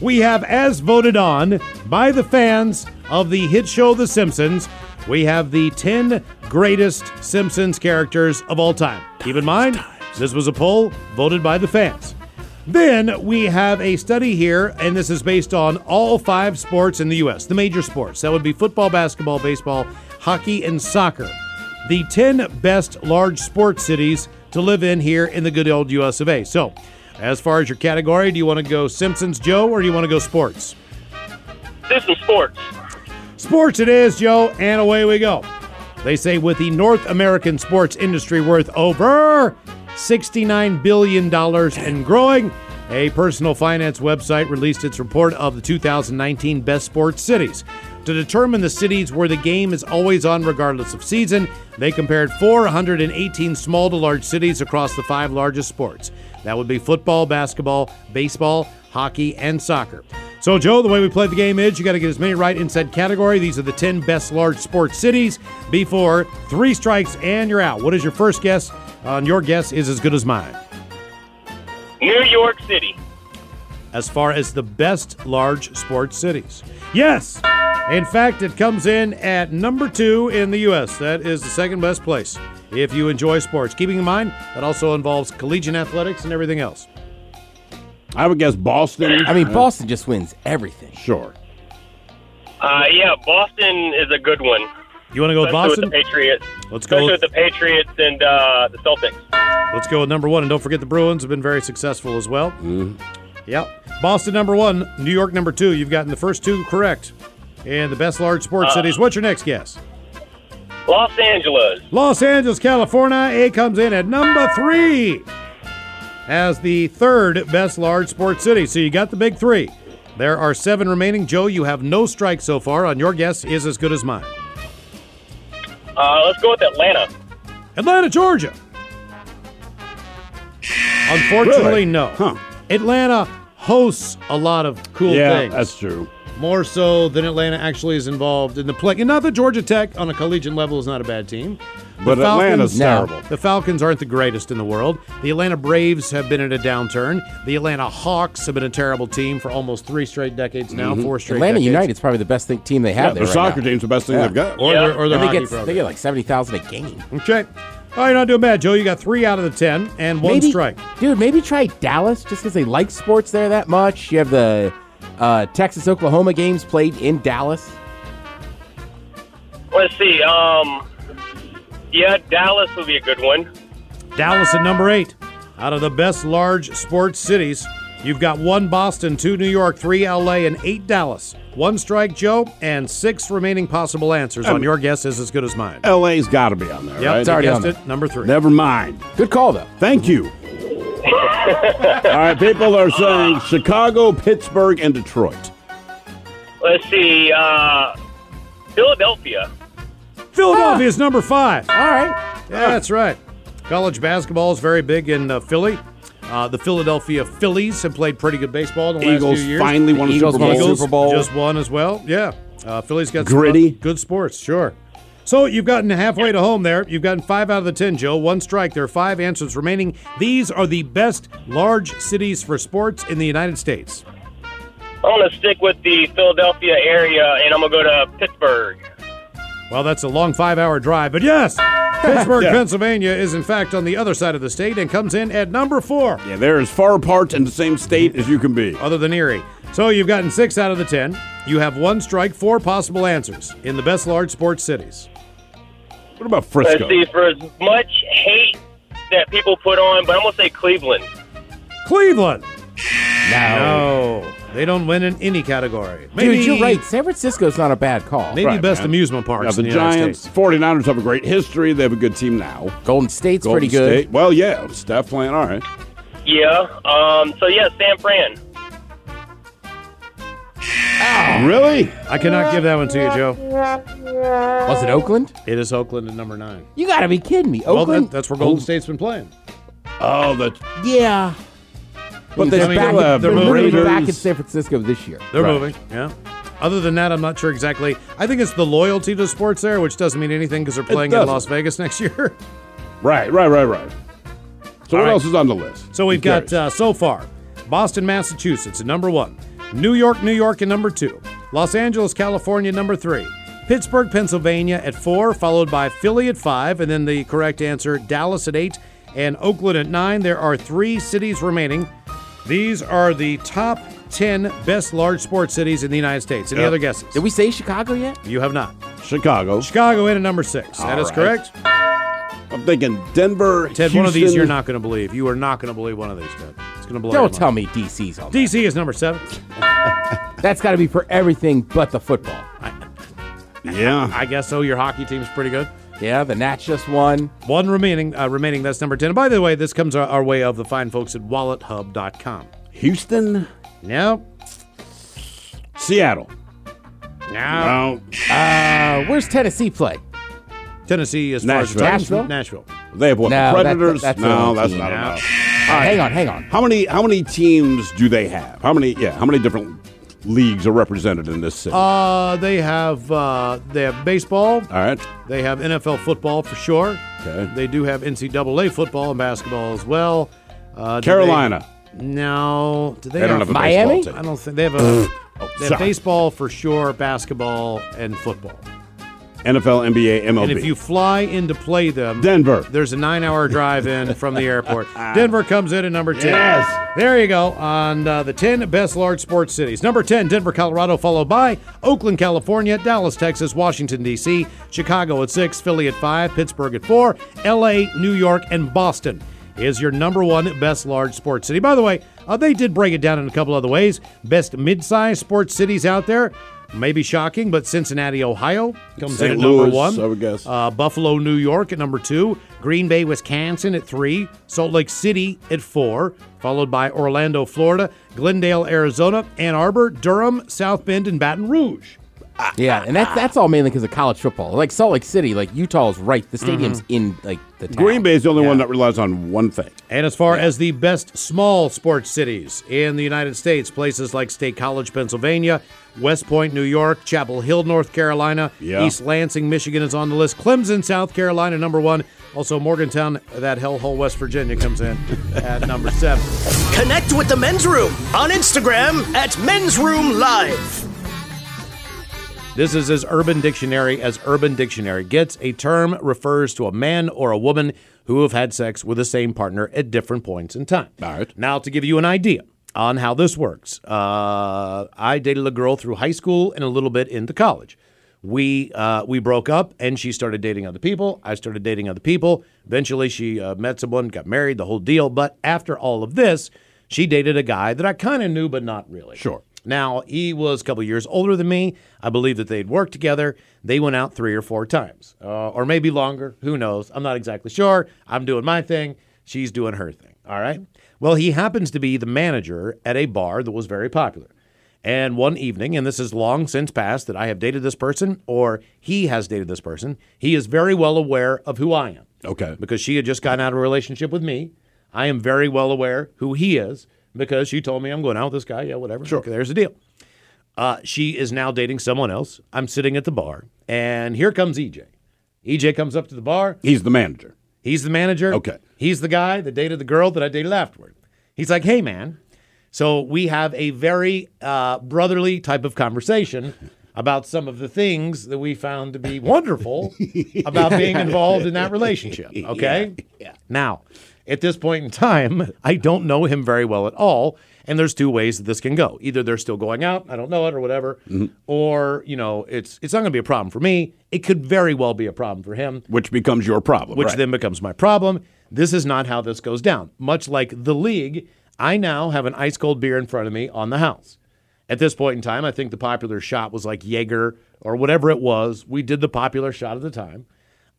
S4: We have as voted on by the fans of the hit show The Simpsons. We have the 10 greatest Simpsons characters of all time. Keep in mind, this was a poll voted by the fans. Then we have a study here, and this is based on all five sports in the U.S., the major sports. That would be football, basketball, baseball, hockey, and soccer. The 10 best large sports cities to live in here in the good old U.S. of A. So, as far as your category, do you want to go Simpsons, Joe, or do you want to go sports?
S11: This is sports.
S4: Sports it is, Joe, and away we go. They say with the North American sports industry worth over $69 billion and growing, a personal finance website released its report of the 2019 best sports cities. To determine the cities where the game is always on, regardless of season, they compared 418 small to large cities across the five largest sports. That would be football, basketball, baseball, hockey, and soccer. So, Joe, the way we play the game is you got to get as many right in said category. These are the 10 best large sports cities before three strikes and you're out. What is your first guess? Uh, your guess is as good as mine.
S11: New York City.
S4: As far as the best large sports cities. Yes! In fact, it comes in at number two in the U.S. That is the second best place if you enjoy sports. Keeping in mind, that also involves collegiate athletics and everything else.
S3: I would guess Boston.
S5: I mean, Boston just wins everything.
S3: Sure.
S11: Uh, yeah, Boston is a good one.
S4: You want to go with
S11: Especially
S4: Boston?
S11: With the Patriots.
S4: Let's go
S11: Especially
S4: with-
S11: with the Patriots and uh, the Celtics.
S4: Let's go with number one. And don't forget the Bruins have been very successful as well. Yep. Boston number one, New York number two. You've gotten the first two correct. And the best large sports
S11: Uh.
S4: cities. What's your next guess?
S11: Los Angeles.
S4: Los Angeles, California. It comes in at number three as the third best large sports city. So you got the big three. There are seven remaining. Joe, you have no strikes so far. On your guess is as good as mine.
S11: Uh, let's go with Atlanta.
S4: Atlanta, Georgia. Unfortunately,
S11: Really?
S4: no. Atlanta hosts a lot of cool
S3: yeah,
S4: things.
S3: that's true.
S4: More so than Atlanta actually is involved in the play. And not that Georgia Tech on a collegiate level is not a bad team. The
S3: But Atlanta's terrible.
S4: The Falcons aren't the greatest in the world. The Atlanta Braves have been in a downturn. The Atlanta Hawks have been a terrible team for almost three straight decades now,
S5: Mhm.
S4: four straight
S5: Atlanta
S4: decades.
S5: United's probably the best thing, team they have.
S4: Yeah,
S5: there
S4: their
S5: right
S4: soccer
S5: now.
S3: team's the best thing they've got.
S4: Or their- or their
S5: And they
S4: hockey
S5: get,
S4: program.
S5: They get like seventy thousand a game.
S4: Okay. Oh, you're not doing bad, Joe. You got three out of the ten and one
S5: Maybe-
S4: strike.
S5: dude. Maybe try Dallas just because they like sports there that much. You have the uh, Texas Oklahoma games played in Dallas.
S11: Let's see. Um, yeah, Dallas would be a good one.
S4: Dallas at number eight. Out of the best large sports cities, you've got one Boston, two New York, three LA, and eight Dallas. One strike, Joe, and six remaining possible answers on your guess is as good as mine.
S3: LA's got to be on there.
S4: Yep,
S3: right?
S4: it's already You guessed on there. it, number three.
S3: Never mind.
S5: Good call though.
S3: Thank you. All right, people are saying Chicago, Pittsburgh, and Detroit.
S11: Let's see. Uh, Philadelphia.
S4: Philadelphia is number five.
S5: All right.
S4: Yeah, that's right. College basketball is very big in uh, Philly. Uh, the Philadelphia Phillies have played pretty good baseball in the
S3: Eagles
S4: last few years.
S3: finally won a
S4: Eagles
S3: Super Bowl.
S4: won
S3: Super Bowl.
S4: Just won as well. Yeah. Uh, Philly's got some
S3: Gritty.
S4: good sports, sure. So you've gotten halfway to home there. You've gotten five out of the ten, Joe. One strike. There are five answers remaining. These are the best large cities for sports in the United States.
S11: I'm going to stick with the Philadelphia area, and I'm going to go to Pittsburgh.
S4: Well, that's a long five hour drive, but yes, Pittsburgh, Pennsylvania is in fact on the other side of the state and comes in at number four.
S3: Yeah, they're as far apart in the same state as you can be.
S4: Other than Erie. So you've gotten six out of the ten. You have one strike, four possible answers in the best large sports cities.
S3: What about
S11: Let's see, for as much hate that people put on, but I'm going to say Cleveland.
S4: Cleveland. No. They don't win in any category. Maybe
S5: Dude, you're right. San Francisco's not a bad call.
S4: Maybe best amusement parks
S3: Now, the
S4: in the United
S3: Giants, 49ers have a great history. They have a good team now.
S5: Golden State's
S11: pretty good.
S3: Well, yeah, Steph playing all right.
S11: Yeah. Um, so, yeah, San Fran.
S3: Really?
S4: I cannot give that one to you, Joe.
S5: Was it Oakland?
S4: It is Oakland at number nine.
S5: You gotta be kidding me.
S4: Well,
S5: Oakland?
S4: that- that's where Golden State's been playing.
S3: Oh, the
S5: Yeah.
S3: But
S4: they're
S5: back,
S4: still, uh,
S5: they're literally
S4: Raiders.
S5: back in San Francisco this year.
S4: They're moving. Yeah. Other than that, I'm not sure exactly. I think it's the loyalty to sports there, which doesn't mean anything because they're playing in
S3: doesn't.
S4: Las Vegas next year.
S3: Right, right, right, right. So
S4: All
S3: what
S4: right.
S3: else is on the list?
S4: So we've
S3: Who
S4: got
S3: cares?
S4: uh, so far Boston, Massachusetts at number one, New York, New York at number two, Los Angeles, California, number three, Pittsburgh, Pennsylvania at four, followed by Philly at five, and then the correct answer Dallas at eight and Oakland at nine. There are three cities remaining. These are the top 10 best large sports cities in the United States. Any
S3: Yep.
S4: other guesses?
S5: Did we say Chicago yet?
S4: You have not.
S3: Chicago.
S4: Chicago in at number six. That
S3: All
S4: is
S3: right.
S4: correct.
S3: I'm thinking Denver.
S4: Ted, one of these
S3: Houston.
S4: you're not going to believe. You are not going to believe one of these, Ted. It's going to blow.
S5: Don't
S4: your
S5: tell
S4: mind.
S5: me DC's on.
S4: DC is number seven.
S5: That's gotta be for everything but the football.
S3: Yeah.
S4: I guess so. Your hockey team's pretty good.
S5: Yeah, the Nats just won.
S4: One remaining. Uh, remaining. That's number ten. And by the way, this comes our, our way of the fine folks at WalletHub.com.
S3: Houston.
S4: No,
S3: Seattle. No.
S4: no.
S5: Uh, where's Tennessee play?
S4: Tennessee is
S3: Nashville.
S5: Nashville?
S4: Nashville.
S3: They have what?
S5: No, that-
S3: the Predators.
S5: that's the
S3: no,
S5: wrong
S3: that's
S5: team.
S3: not
S5: No.
S3: enough.
S5: Hang on, hang on.
S3: How many? How many teams do they have? How many? Yeah. How many different leagues are represented in this city?
S4: Uh, they have uh, they have baseball.
S3: All right.
S4: They have NFL football for sure.
S3: Okay.
S4: They do have NCAA football and basketball as well. Uh, do they-
S3: Carolina.
S4: no. Do they,
S3: They don't have a
S5: Miami?
S3: baseball
S4: I
S3: team. Oh,
S4: don't think they have a. they have
S3: sorry.
S4: baseball for sure, basketball and football.
S3: NFL, NBA, MLB.
S4: And if you fly in to play them,
S3: Denver. Ah.
S4: there's a nine-hour drive in from the airport. Denver comes in at number ten.
S3: Yes.
S4: there you go on uh, the ten best large sports cities. Number ten, Denver, Colorado, followed by Oakland, California, Dallas, Texas, Washington D.C., Chicago at six, Philly at five, Pittsburgh at four, L.A., New York, and Boston is your number one best large sports city. By the way, uh, they did break it down in a couple other ways. Best mid-sized sports cities out there. Maybe shocking, but Cincinnati, Ohio comes in
S3: St.
S4: at
S3: Louis,
S4: number one.
S3: I would guess.
S4: Uh, Buffalo, New York at number two. Green Bay, Wisconsin at three. Salt Lake City at four. Followed by Orlando, Florida. Glendale, Arizona. Ann Arbor, Durham, South Bend, and Baton Rouge.
S5: Yeah, and
S4: Ah.
S5: that's that's all mainly because of college football. Like Salt Lake City, like Utah is right. The stadium's
S4: Mm-hmm.
S5: in like the town.
S3: Green Bay is the only one that relies on one thing.
S4: And as far as the best small sports cities in the United States, places like State College, Pennsylvania, West Point, New York, Chapel Hill, North Carolina,
S3: Yeah.
S4: East Lansing, Michigan is on the list. Clemson, South Carolina, number one. Also, Morgantown, that hellhole, West Virginia, comes in at number seven.
S9: Connect with the men's room on Instagram at Men's Room Live.
S4: This is as Urban Dictionary as Urban Dictionary gets. A term refers to a man or a woman who have had sex with the same partner at different points in time.
S3: All right.
S4: Now, to give you an idea on how this works, uh, I dated a girl through high school and a little bit into college. We uh, we broke up, and she started dating other people. I started dating other people. Eventually, she uh, met someone, got married, the whole deal. But after all of this, she dated a guy that I kind of knew, but not really.
S3: Sure.
S4: Now, he was a couple years older than me. I believe that they'd worked together. They went out three or four times, uh, or maybe longer. Who knows? I'm not exactly sure. I'm doing my thing. She's doing her thing. All right. Well, he happens to be the manager at a bar that was very popular. And one evening, and this is long since past that I have dated this person or he has dated this person, he is very well aware of who I am
S3: Okay.
S4: because she had just gotten out of a relationship with me. I am very well aware who he is because she told me I'm going out with this guy. Yeah, whatever. Sure. Okay, there's the deal. Uh, she is now dating someone else. I'm sitting at the bar, and here comes E EJ. EJ comes up to the bar.
S3: He's the manager.
S4: He's the manager.
S3: Okay.
S4: He's the guy that dated the girl that I dated afterward. He's like, hey, man. So we have a very uh, brotherly type of conversation about some of the things that we found to be wonderful about being involved in that relationship. Okay?
S3: Yeah.
S4: Now, at this point in time, I don't know him very well at all. And there's two ways that this can go. Either they're still going out, I don't know it, or whatever,
S3: Mm-hmm.
S4: or you know, it's it's not going to be a problem for me. It could very well be a problem for him,
S3: which becomes your problem,
S4: which
S3: right.
S4: then becomes my problem. This is not how this goes down. Much like the league, I now have an ice cold beer in front of me on the house. At this point in time, I think the popular shot was like Jaeger or whatever it was. We did the popular shot at the time.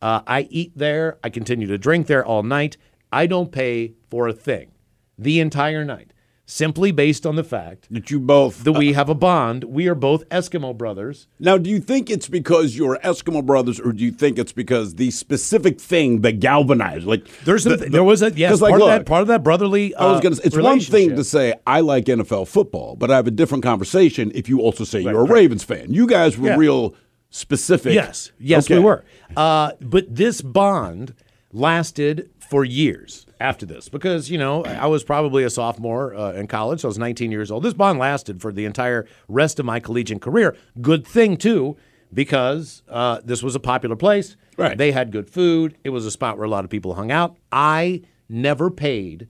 S4: Uh, I eat there. I continue to drink there all night. I don't pay for a thing the entire night, simply based on the fact
S3: that you both uh,
S4: that we have a bond. We are both Eskimo brothers.
S3: Now, do you think it's because you're Eskimo brothers, or do you think it's because the specific thing that galvanized? Like,
S4: there's a, there was a yes,
S3: 'cause, like,
S4: part of
S3: look,
S4: that part of that brotherly.
S3: I was gonna. Say,
S4: uh,
S3: it's one thing
S4: relationship.
S3: to say I like NFL football, but I have a different conversation if you also say you're a Ravens fan. You guys were
S4: Yeah.
S3: real specific.
S4: Yes, yes,
S3: Okay.
S4: we were. Uh, but this bond lasted for years after this because you know I was probably a sophomore uh, in college. So I was 19 years old. This bond lasted for the entire rest of my collegiate career. Good thing too, because uh, this was a popular place. Right. They had good food. It was a spot where a lot of people hung out. I never paid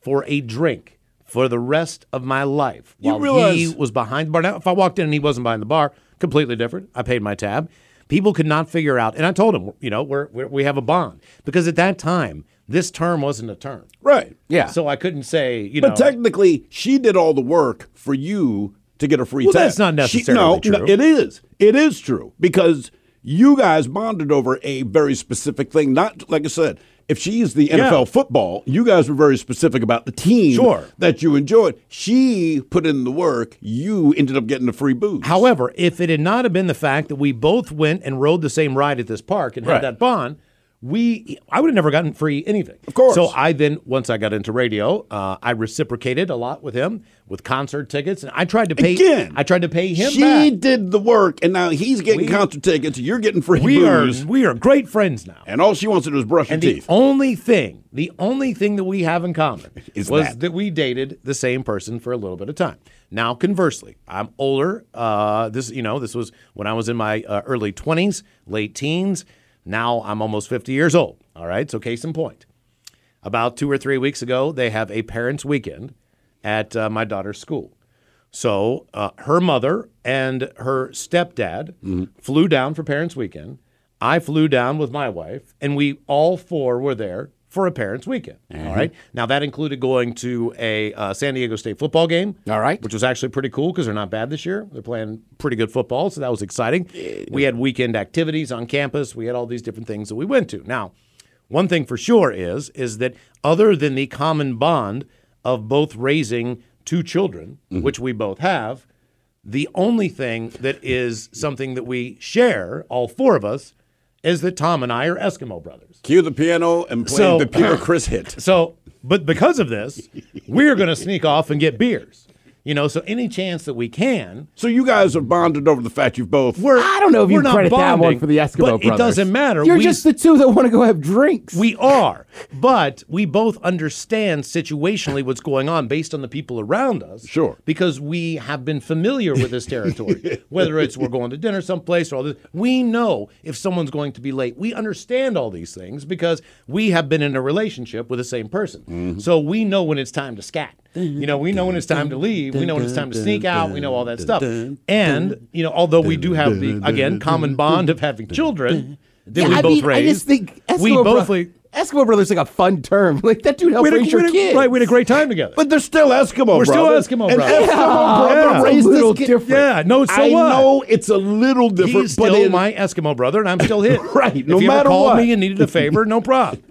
S4: for a drink for the rest of my life.
S3: You
S4: while he
S3: realize-
S4: was behind the bar. Now, if I walked in and he wasn't behind the bar, completely different. I paid my tab. People could not figure out, and I told him, you know, we're, we're we have a bond because at that time this term wasn't a term,
S3: right.
S4: Yeah. So I couldn't say, you
S3: but
S4: know,
S3: technically, she did all the work for you to get a free
S4: Well,
S3: tag.
S4: that's not
S3: She-
S4: necessarily
S3: no, no,
S4: true.
S3: it is. It is true because you guys bonded over a very specific thing. Not like I said, if she's the NFL football, you guys were very specific about the team
S4: Sure.
S3: that you enjoyed. She put in the work. You ended up getting the free booze.
S4: However, if it had not have been the fact that we both went and rode the same ride at this park and
S3: Right.
S4: had that bond, we I would have never gotten free anything. Of
S3: course.
S4: So I then once I got into radio, uh, I reciprocated a lot with him with concert tickets, and I tried to pay.
S3: Again.
S4: I tried to pay him.
S3: she
S4: back.
S3: did the work, and now he's getting
S4: We-
S3: concert tickets. You're getting free
S4: we
S3: booze,
S4: are we are great friends now.
S3: and all she wants to do is brush
S4: And
S3: her
S4: the
S3: teeth.
S4: only thing, the only thing that we have in common
S3: Is
S4: was
S3: that.
S4: that. we dated the same person for a little bit of time. Now, conversely, I'm older. Uh, this, you know, this was when I was in my uh, early 20s, late teens. Now I'm almost 50 years old. All right, so case in point. About two or three weeks ago, they have a parents' weekend at uh, my daughter's school. So uh, her mother and her stepdad flew down for parents' weekend. I flew down with my wife, and we all four were there for a parents' weekend. All right. Now that included going to a uh, San Diego State football game. All right. Which was actually pretty cool because they're not bad this year. They're playing pretty good football, so that was exciting. We had weekend activities on campus. We had all these different things that we went to. Now, one thing for sure is is that other than the common bond of both raising two children, which we both have, the only thing that is something that we share, all four of us, is that Tom and I are Eskimo brothers.
S3: Cue the piano and play
S4: So-
S3: the pure Chris hit.
S4: So, but because of this, we're going to sneak off and get beers. You know, so any chance that we can.
S3: So you guys are bonded over the fact you've both.
S4: We're,
S3: I don't know if you
S4: we're not
S3: credit that one
S4: bonding,
S3: for the Eskimo
S4: but It
S3: brothers.
S4: doesn't matter.
S3: You're
S4: We-
S3: just
S5: the two that want to go have drinks.
S4: We are, but we both understand situationally what's going on based on the people around us. Sure. Because we have been familiar with this territory. Whether it's we're going to dinner someplace or all this, we know if someone's going to be late. We understand all these things because we have been in a relationship with the same person.
S5: Mm-hmm.
S4: So we know when it's time to scat. You know, we know when it's time to leave. We know when it's time to sneak out. We know all that stuff. And, you know, although we do have the, again, common bond of having children that
S5: Yeah,
S4: we
S5: I
S4: both
S5: mean,
S4: raised.
S5: I just think Eskimo
S4: we both
S5: bro-
S4: like,
S5: Eskimo brothers is like a fun term. Like that dude helped
S4: We had a-
S5: raise your
S4: we had a-
S5: kids.
S4: right, we had a great time together.
S3: But they're still Eskimo
S4: We're still
S3: brothers.
S4: Eskimo
S3: And
S4: brothers.
S3: Eskimo brother
S4: Yeah.
S3: raised
S4: It's a little
S3: this kid-
S4: different. Yeah, no, so
S3: I
S4: what?
S3: know it's a little different.
S4: He's
S3: but
S4: still
S3: it-
S4: my Eskimo brother, and I'm still his.
S3: right. No
S4: if you ever
S3: matter
S4: called
S3: what.
S4: me and needed a favor, no problem.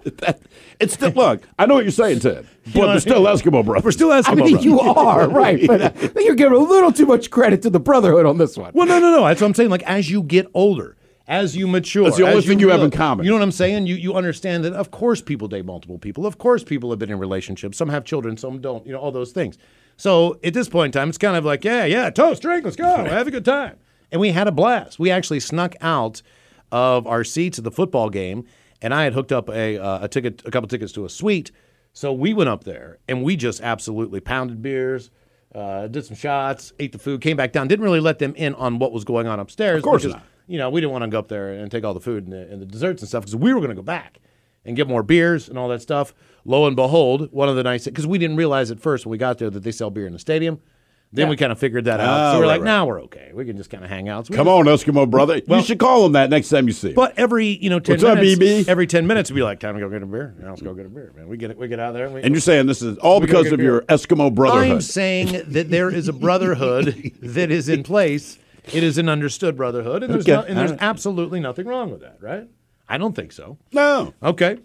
S3: it's still look. I know what you're saying, Ted. But
S4: know what I
S3: they're still
S4: mean?
S3: Eskimo brothers.
S4: We're still Eskimo
S5: I mean,
S4: brothers.
S5: you are right, but uh, I think you're giving a little too much credit to the brotherhood on this one.
S4: Well, no, no, no. That's what I'm saying. Like as you get older, as you mature,
S3: That's the only
S4: as
S3: thing you have
S4: real-
S3: in common.
S4: You know what I'm saying? You you understand that of course people date multiple people. Of course people have been in relationships. Some have children, some don't. You know all those things. So at this point in time, it's kind of like yeah, yeah, toast, drink, let's go, have a good time. And we had a blast. We actually snuck out of our seats at the football game, and I had hooked up a uh, a ticket, a couple tickets to a suite. So we went up there and we just absolutely pounded beers. uh, did some shots, ate the food, came back down. Didn't really let them in on what was going on upstairs.
S3: Of course
S4: because,
S3: not.
S4: You know, we didn't want to go up there and take all the food and the, and the desserts and stuff because we were going to go back and get more beers and all that stuff. Lo and behold, one of the nights because we didn't realize at first when we got there that they sell beer in the stadium. Then
S3: Yeah.
S4: we kind of figured that out. so
S3: Ah,
S4: we're
S3: right,
S4: like,
S3: right.
S4: now we're okay. We can just kind of hang out. So we
S3: Come
S4: just-
S3: on, Eskimo brother.
S4: Well-
S3: you should call him that next time you see him.
S4: But every you know ten
S3: What's up,
S4: minutes,
S3: BB?
S4: every ten minutes, we'd be like, time to go get a beer. Now let's go get a beer, man. We get it. We get out of there. And, we,
S3: and you're saying this is all
S4: We
S3: because
S4: gotta
S3: of
S4: get
S3: your Eskimo brotherhood.
S4: I'm saying that there is a brotherhood that is in place. It is an understood brotherhood, and there's,
S3: Okay.
S4: no, and there's
S3: All right.
S4: absolutely nothing wrong with that, right? I don't think so.
S3: No.
S4: Okay.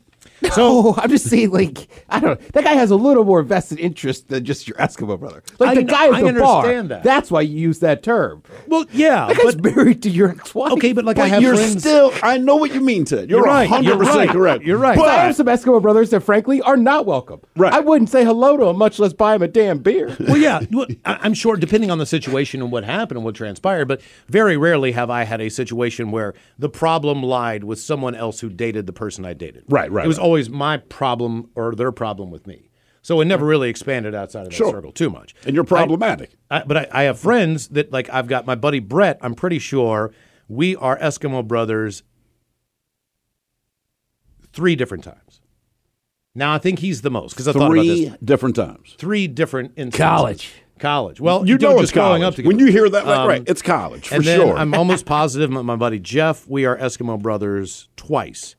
S5: So I'm just saying, like, I don't know. That guy has a little more vested interest than just your Eskimo brother. Like
S4: I
S5: the
S4: kn-
S5: guy at
S4: I
S5: the bar.
S4: understand that.
S5: That's why you use that term.
S4: Well, yeah,
S5: that guy's married to your ex-wife.
S4: Okay, but like I
S5: But
S4: have
S5: you're
S4: friends.
S3: Still, I know what you mean, Ted. You're,
S4: You're right.
S3: 100%
S4: You're right.
S3: correct.
S4: You're right.
S5: But I
S3: But
S5: have some Eskimo brothers that, frankly, are not welcome. Right. I wouldn't say hello to him, much less buy him a damn beer.
S4: Well, yeah, well, I- I'm sure depending on the situation and what happened and what transpired, but very rarely have I had a situation where the problem lied with someone else who dated the person I dated.
S3: Right, right,
S4: It was
S3: right.
S4: always my problem or their problem with me. So it never really expanded outside of that
S3: Sure.
S4: circle too much.
S3: And you're problematic.
S4: I, but I, I have friends that, like, I've got my buddy Brett, I'm pretty sure we are Eskimo brothers three different times. Now, I think he's the most because I thought about this
S3: three different times.
S4: three different instances.
S3: College.
S4: College. Well,
S3: You
S4: you
S3: know
S4: know,
S3: it's
S4: just growing
S3: college.
S4: up together. Um,
S3: When you hear that, like, right, it's college, for
S4: and then
S3: sure.
S4: I'm almost positive. My, my buddy Jeff, we are Eskimo brothers twice.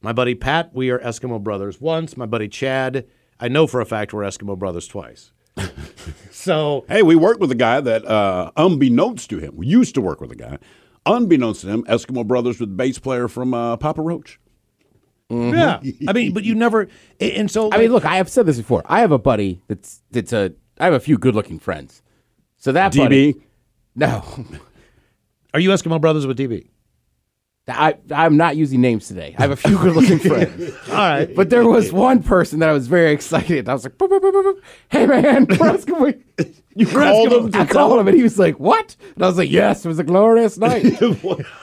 S4: My buddy Pat, we are Eskimo brothers once. My buddy Chad, I know for a fact we're Eskimo brothers twice. so
S3: Hey, we worked with a guy that, uh, unbeknownst to him, we used to work with a guy, unbeknownst to him, Eskimo Brothers with the bass player from uh, Papa Roach.
S4: yeah, I mean, but you never. a- And so
S5: I mean, look, I have said this before. I have a buddy that's that's a. I have a few good-looking friends. So that buddy,
S3: DB?
S5: no,
S4: are you Eskimo brothers with DB?
S5: I I'm not using names today. I have a few good-looking friends.
S4: All right,
S5: But there was one person that I was very excited. I was like, boop, boop, boop, boop, boop. "Hey man, we're Eskimo."
S3: You called him to
S5: I
S3: tell
S5: called him, and he was like, "What?" And I was like, "Yes, it was a glorious night."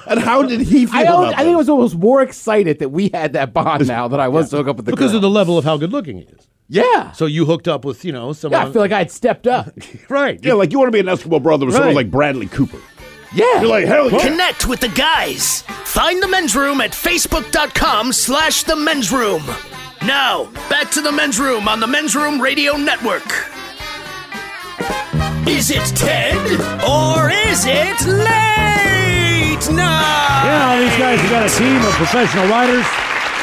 S3: and how did he feel
S5: I,
S3: about
S5: don't- I think I was almost more excited that we had that bond now than I was to hook up with the
S4: because
S5: girl.
S4: of the level of how good looking he is.
S5: yeah.
S4: So you hooked up with you know someone.
S5: yeah, I feel like I had stepped up.
S4: right.
S3: Yeah, like you want to be an Eskimo brother with someone
S4: Right.
S3: like Bradley Cooper.
S5: Yeah.
S3: You're like, hell yeah.
S9: Connect with the guys. Find the men's room at facebook.com slash the men's room. Now, back to the men's room on the men's room radio network. Is it Ted or is it late night?
S12: Yeah, all these guys have got a team of professional writers.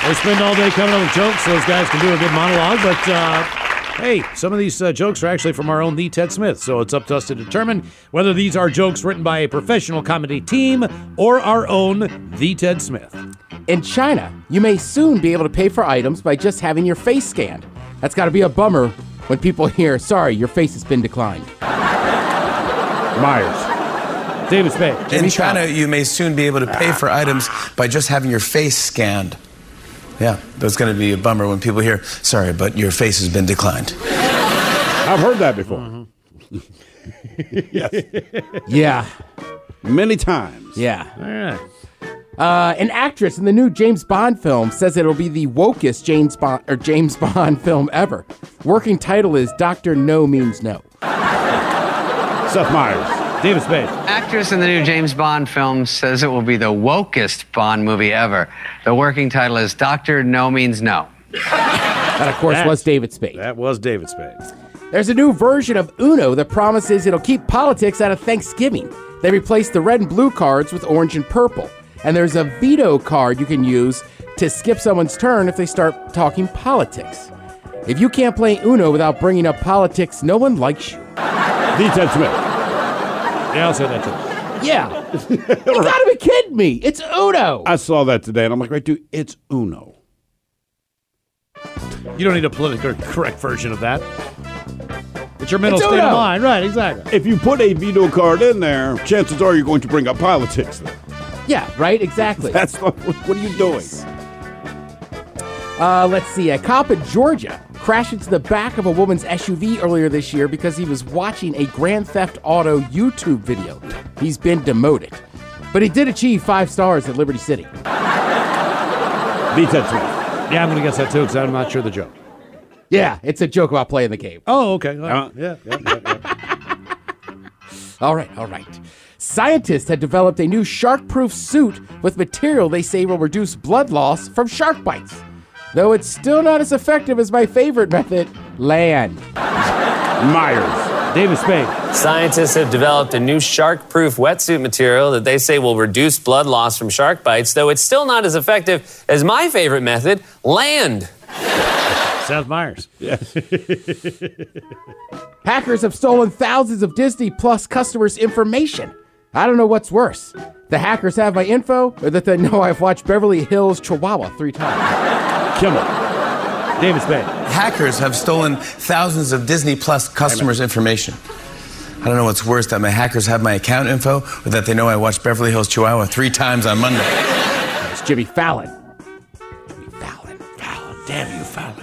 S12: They spend all day coming up with jokes. Those guys can do a good monologue. But uh, hey, some of these uh, jokes are actually from our own The Ted Smith. So it's up to us to determine whether these are jokes written by a professional comedy team or our own The Ted Smith.
S5: In China, you may soon be able to pay for items by just having your face scanned. That's got to be a bummer when people hear, sorry, your face has been declined.
S3: Myers.
S12: David Spade.
S7: In China, you may soon be able to pay for items by just having your face scanned. Yeah, that's going to be a bummer when people hear, sorry, but your face has been declined.
S3: I've heard that before.
S4: Mm-hmm.
S3: yes.
S5: Yeah.
S3: Many times.
S5: Yeah.
S12: All right.
S5: Uh, an actress in the new James Bond film says it'll be the wokest James Bond or James Bond film ever. Working title is Doctor No Means No.
S3: Seth Myers.
S12: David Spade.
S13: Actress in the new James Bond film says it will be the wokest Bond movie ever. The working title is Doctor No Means No.
S5: That of course was David Spade.
S4: That was David Spade.
S5: There's a new version of Uno that promises it'll keep politics out of Thanksgiving. They replaced the red and blue cards with orange and purple. And there's a veto card you can use to skip someone's turn if they start talking politics. If you can't play Uno without bringing up politics, no one likes you.
S3: The Ted Smith.
S12: Yeah, I'll say that too.
S5: Yeah. you gotta be kidding me. It's Uno.
S3: I saw that today and I'm like, right, dude, it's Uno.
S12: You don't need a politically correct version of that. It's your mental
S3: It's
S12: state of
S3: Uno.
S12: mind. Right, exactly.
S3: If you put a veto card in there, chances are you're going to bring up politics. Then.
S5: Yeah, right? Exactly.
S3: That's not, what are you doing?
S5: Uh, let's see. A cop in Georgia crashed into the back of a woman's SUV earlier this year because he was watching a Grand Theft Auto YouTube video. He's been demoted. But he did achieve five stars at Liberty City.
S3: The Ted Smith.
S12: Yeah, I'm going to guess that too because I'm not sure the joke.
S5: Yeah, it's a joke about playing the game.
S12: Oh, okay.
S3: Uh,
S12: yeah, yeah, yeah, yeah.
S5: All right, all right. Scientists had developed a new shark proof suit with material they say will reduce blood loss from shark bites. Though it's still not as effective as my favorite method, land.
S14: Myers. David Spade. Scientists have developed a new shark proof wetsuit material that they say will reduce blood loss from shark bites, though it's still not as effective as my favorite method, land.
S4: Seth Myers.
S3: Yes.
S5: Hackers have stolen thousands of Disney Plus customers' information. I don't know what's worse. The hackers have my info, or that they know I've watched Beverly Hills Chihuahua three times.
S4: Kimmel. David Spade.
S15: Hackers have stolen thousands of Disney Plus customers' information. I don't know what's worse that my hackers have my account info or that they know I watched Beverly Hills Chihuahua three times on Monday.
S5: It's Jimmy Fallon.
S15: Damn you, Fallon.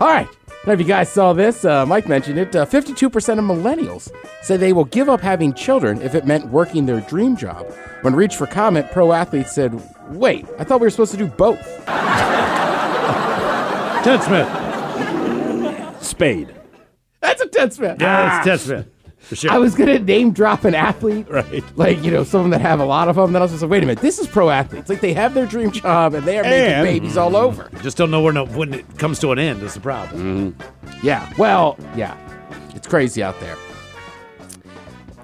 S5: All right. Now, if you guys saw this, uh, Mike mentioned it. Uh, 52% of millennials say they will give up having children if it meant working their dream job. When reached for comment, pro athletes said, Wait, I thought we were supposed to do both.
S4: Ted Smith. Spade.
S5: That's a Ted Smith.
S4: Yeah, it's Ted Smith. For sure.
S5: I was going to name drop an athlete.
S4: Right.
S5: Like, you know, some of them that have a lot of them. Then I was just like, wait a minute, this is pro athletes. Like, they have their dream job and they are making
S4: And-
S5: babies all over.
S4: Just don't know where no, when it comes to an end is the problem.
S5: Mm-hmm. Yeah. Well, yeah. It's crazy out there.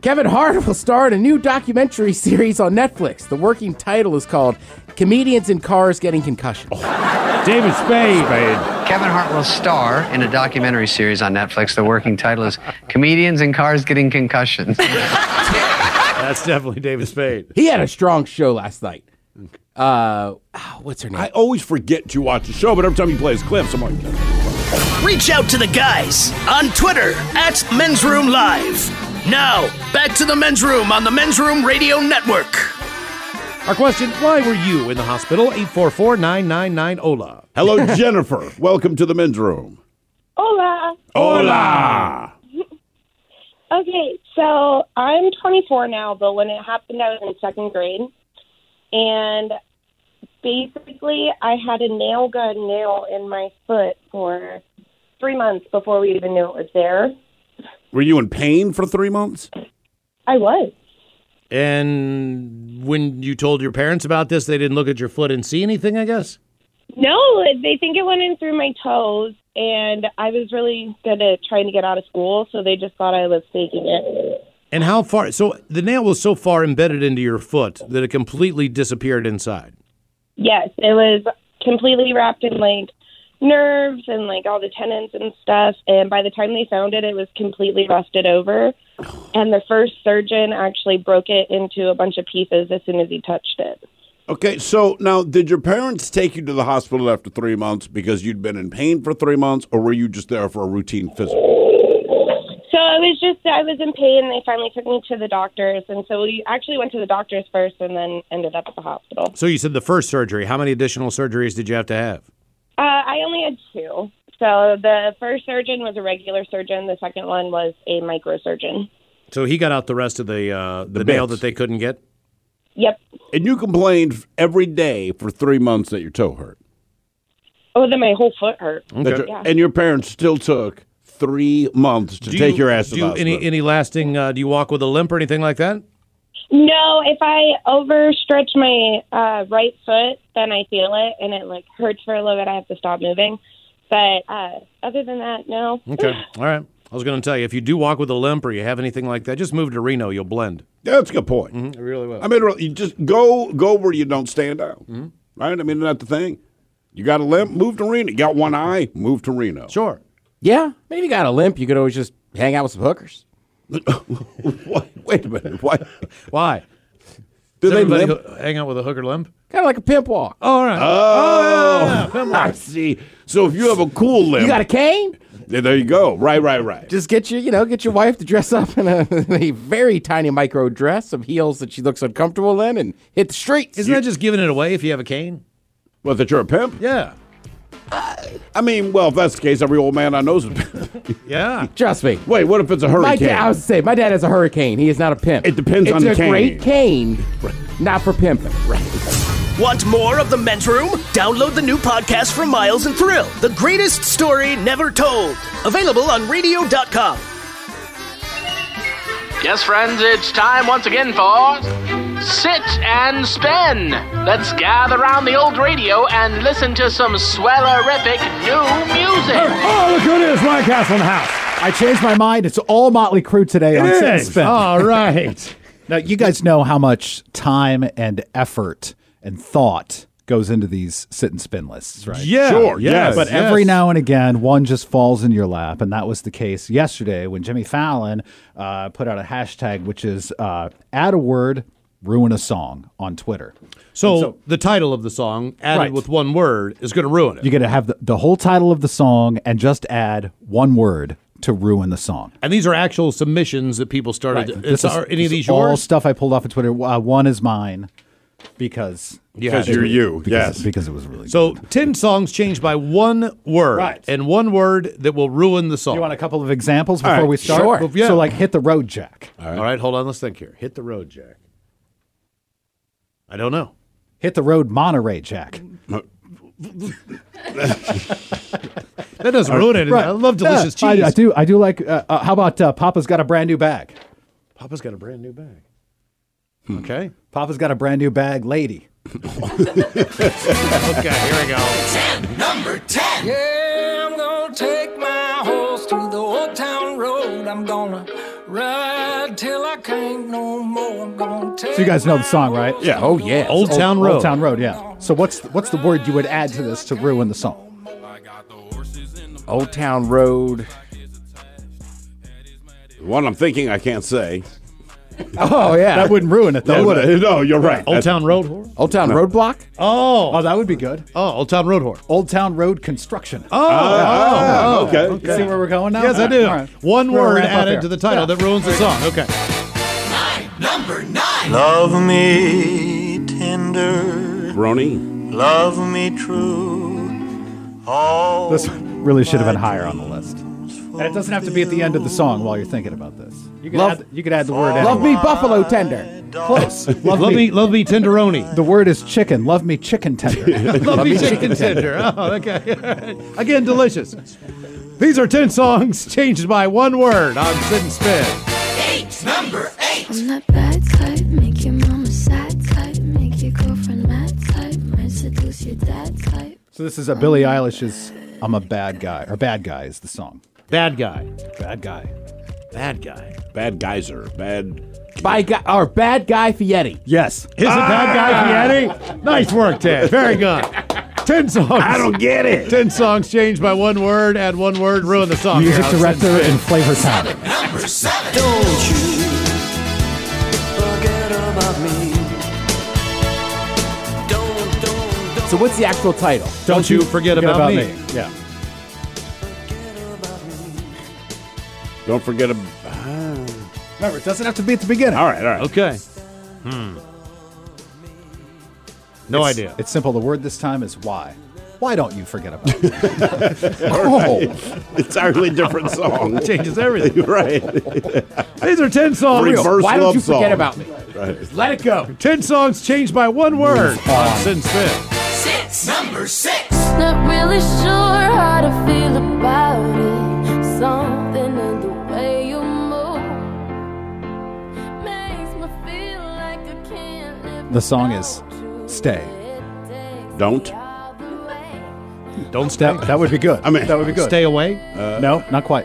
S5: Kevin Hart will star in a new documentary series on Netflix. The working title is called Comedians in Cars Getting Concussions.
S4: David Spade.
S13: Kevin Hart will star in a documentary series on Netflix. The working title is Comedians in Cars Getting Concussions.
S4: That's definitely David Spade.
S5: He had a strong show last night. Uh, what's her name?
S3: I always forget to watch the show, but every time he plays clips, I'm like,
S9: Reach out to the guys on Twitter at Men's Room Live. Now, back to the Men's Room on the Men's Room Radio Network.
S4: Our question Why were you in the hospital? 844 999 OLA.
S3: hello, Jennifer. Welcome to the men's room.
S16: Hola.
S3: Hola.
S16: Okay, so I'm 24 now, but when it happened, I was in second grade. And basically, I had a nail gun nail in my foot for three months before we even knew it was there.
S3: Were you in pain for three months?
S16: I was.
S4: And when you told your parents about this, they didn't look at your foot and see anything, I guess?
S16: No, they think it went in through my toes, and I was really good at trying to get out of school, so they just thought I was faking it.
S4: And how far? So the nail was so far embedded into your foot that it completely disappeared inside.
S16: Yes, it was completely wrapped in like nerves and like all the tendons and stuff. And by the time they found it, it was completely rusted over. And the first surgeon actually broke it into a bunch of pieces as soon as he touched it.
S3: Okay, so now did your parents take you to the hospital after three months because you'd been in pain for three months, or were you just there for a routine physical?
S16: So it was just, I was in pain. They finally took me to the doctors. And so we actually went to the doctors first and then ended up at the hospital.
S4: So you said the first surgery. How many additional surgeries did you have to have?
S16: Uh, I only had two. So the first surgeon was a regular surgeon, the second one was a microsurgeon.
S4: So he got out the rest of the uh, the, nail
S3: bits.
S4: that they couldn't get.
S16: Yep.
S3: And you complained every day for three months that your toe hurt.
S16: Oh, then my whole foot hurt.
S3: That your-
S16: Yeah.
S3: And your parents still took three months to
S4: Do
S3: take
S4: you-
S3: your ass to
S4: Do
S3: the
S4: you-
S3: hospital.
S4: any any lasting? Uh, do you walk with a limp or anything like that?
S16: No, if I overstretch my uh, right foot, then I feel it, and it like hurts for a little bit. I have to stop moving. But uh, other than that, no.
S4: Okay, all right. I was going to tell you if you do walk with a limp or you have anything like that, just move to Reno. You'll blend.
S3: That's a good point.
S5: Mm-hmm.
S4: It really will.
S3: I mean, really, you just go go where you don't stand out,
S5: Mm-hmm.
S3: right? I mean, that's the thing. You got a limp, move to Reno. You got one eye, move to Reno.
S4: Sure.
S5: Yeah. I mean, if you got a limp, you could always just hang out with some hookers.
S3: Wait a minute. Why?
S4: Why?
S3: Do
S4: Does
S3: they
S4: everybody
S3: limp?
S4: ho- hang out with a hooker limp?
S5: Kind of like a pimp walk.
S4: Oh, all right.
S3: Oh, I see. So if you have a cool limp,
S5: You got a cane?
S3: Yeah, there you go. Right, right, right.
S5: Just get your, you know, get your wife to dress up in a, a very tiny micro dress, some heels that she looks uncomfortable in, and hit the streets.
S4: Isn't that just giving it away if you have a cane?
S3: Well, that you're a pimp?
S4: Yeah.
S3: I mean, well, if that's the case, every old man I know is a pimp.
S4: yeah.
S5: Trust me.
S3: Wait, what if it's a hurricane?
S5: My dad, I was say, my dad has a hurricane. He is not a pimp. It
S3: depends
S5: it's
S3: on the
S5: a
S3: cane.
S5: great cane, not for pimping.
S9: Want more of the men's room? Download the new podcast from Miles and Thrill, the greatest story never told. Available on radio.com.
S5: Yes, friends, it's time once again for Sit and Spin. Let's gather around the old radio and listen to some swellerific new music.
S17: Oh, look who it is, Ryan Castle in the house. I changed my mind. It's all Motley Crue today on
S18: It
S17: Sit and
S18: is.
S17: Spin.
S18: All right.
S17: now, you guys know how much time and effort and thought goes into these sit and spin lists, right?
S18: Yeah. Sure, yes,
S17: But
S18: yes.
S17: every now and again, one just falls in your lap. And that was the case yesterday when Jimmy Fallon uh, put out a hashtag, which is uh, add a word, ruin a song on Twitter.
S4: So, the title of the song, added
S17: Right.
S4: with one word, is going to ruin it.
S17: You're going to have the, the whole title of the song and just add one word to ruin the song.
S4: And these are actual submissions that people started.
S17: Right.
S4: It's,
S17: This is-
S4: are any of
S17: this
S4: these
S17: is All
S4: yours?
S17: stuff I pulled off of Twitter. Uh, one is mine because
S4: Yeah. Because you're you,
S17: Because,
S4: yes.
S17: because it was really.
S4: So ten songs changed by one word,
S17: Right.
S4: and one word that will ruin the song. You want
S17: a couple of examples before we start.
S4: Sure. Yeah.
S17: So like hit the road, Jack.
S4: All right. All right, hold on. Let's think here. Hit the road, Jack. I don't know.
S17: Hit the road, Monterey, Jack.
S4: That doesn't ruin it. I love delicious
S17: I-
S4: cheese.
S17: I, do. I do like. Uh, uh, how about uh, Papa's got a brand new bag?
S4: Papa's got a brand new bag. Hmm. Okay.
S17: Papa's got a brand new bag, lady.
S4: Okay, here we go.
S19: Number 10. Yeah, I'm gonna take my horse to the old town road. I'm gonna ride till I can't no more. I'm gonna take
S17: So you guys know the song, right?
S4: Yeah. Oh yeah. Old Town Road.
S17: Old Town Road. Yeah. So what's what's the word you would add to this to ruin the song?
S3: Old Town Road. The one I'm thinking I can't say.
S17: Oh yeah. That wouldn't ruin it though.
S3: That
S17: would
S3: would-
S17: it?
S3: no, you're right.
S4: Old
S3: That's-
S4: Town Road Whore.
S17: Old Town
S3: No.
S17: Roadblock?
S4: Oh.
S17: Oh, that would be good.
S4: Oh, Old Town Road Whore.
S17: Old Town Road Construction.
S4: Oh,
S17: Ah,
S4: oh,
S17: okay. You see where we're going now?
S4: Yes, I
S17: All
S4: do.
S17: right, all right.
S4: One
S17: We're gonna
S4: word
S17: wrap up
S4: added
S17: here.
S4: to the title
S17: Yeah.
S4: that ruins the song. Okay.
S12: Love me tender,
S3: Brony.
S12: love me true. All
S17: This really should have been higher on the list. And it doesn't have to be at the end of the song while you're thinking about this. You could,
S14: Love-
S17: add, you could add the word.
S14: Love
S17: anyway.
S14: me buffalo tender.
S17: Close. Love,
S4: Love me- love me tenderoni.
S17: The word is chicken. Love me chicken tender.
S4: Love me chicken tender. Oh, okay. Again, delicious. These are 10 songs changed by one word on Sit and Spin.
S20: Eight, number eight. I'm that bad type, make your mama sad type, make your girlfriend mad type, might seduce your dad type.
S17: So this is a Billie Eilish's "I'm a Bad Guy" or "Bad Guy" is the song.
S4: Bad guy.
S17: Bad guy.
S4: Bad guy.
S3: Bad geyser. Bad.
S14: By guy or bad guy Ah. Fietti.
S17: Yes.
S18: Is it bad guy Fieri? Nice work, Ted. Very good. Ten songs. I
S3: don't get it.
S4: Ten songs changed by one word. Add one word. Ruin the song.
S17: Music
S4: Here, I'll sit and
S17: director
S4: spin.
S17: and flavor town.
S12: Number seven. Don't you forget about me.
S14: So what's the actual title?
S4: Don't Don't You You Forget Forget About About Me. Me.
S17: Yeah.
S3: Don't forget a. ah.
S17: Remember, it doesn't have to be at the beginning.
S3: All right. All right.
S4: Okay. Hmm. No
S17: It's-
S4: idea.
S17: It's simple. The word this time is why. Why don't you forget about Oh. me?
S3: All right. Entirely different song.
S4: Changes everything.
S3: right.
S4: These are ten songs.
S3: Reverse
S4: Why
S3: love
S4: don't you
S3: song.
S4: forget about me?
S3: Right.
S14: Let it go.
S4: Ten songs changed by one word on Sin Spin.
S20: Six.
S12: Number six.
S20: Not really sure how to feel about it. Something in the way you move makes me feel like I can't live.
S17: the song is "Stay."
S3: Don't.
S4: Don't
S17: step. That would be good. I mean, that would be good.
S4: Stay away.
S3: Uh,
S17: no, not quite.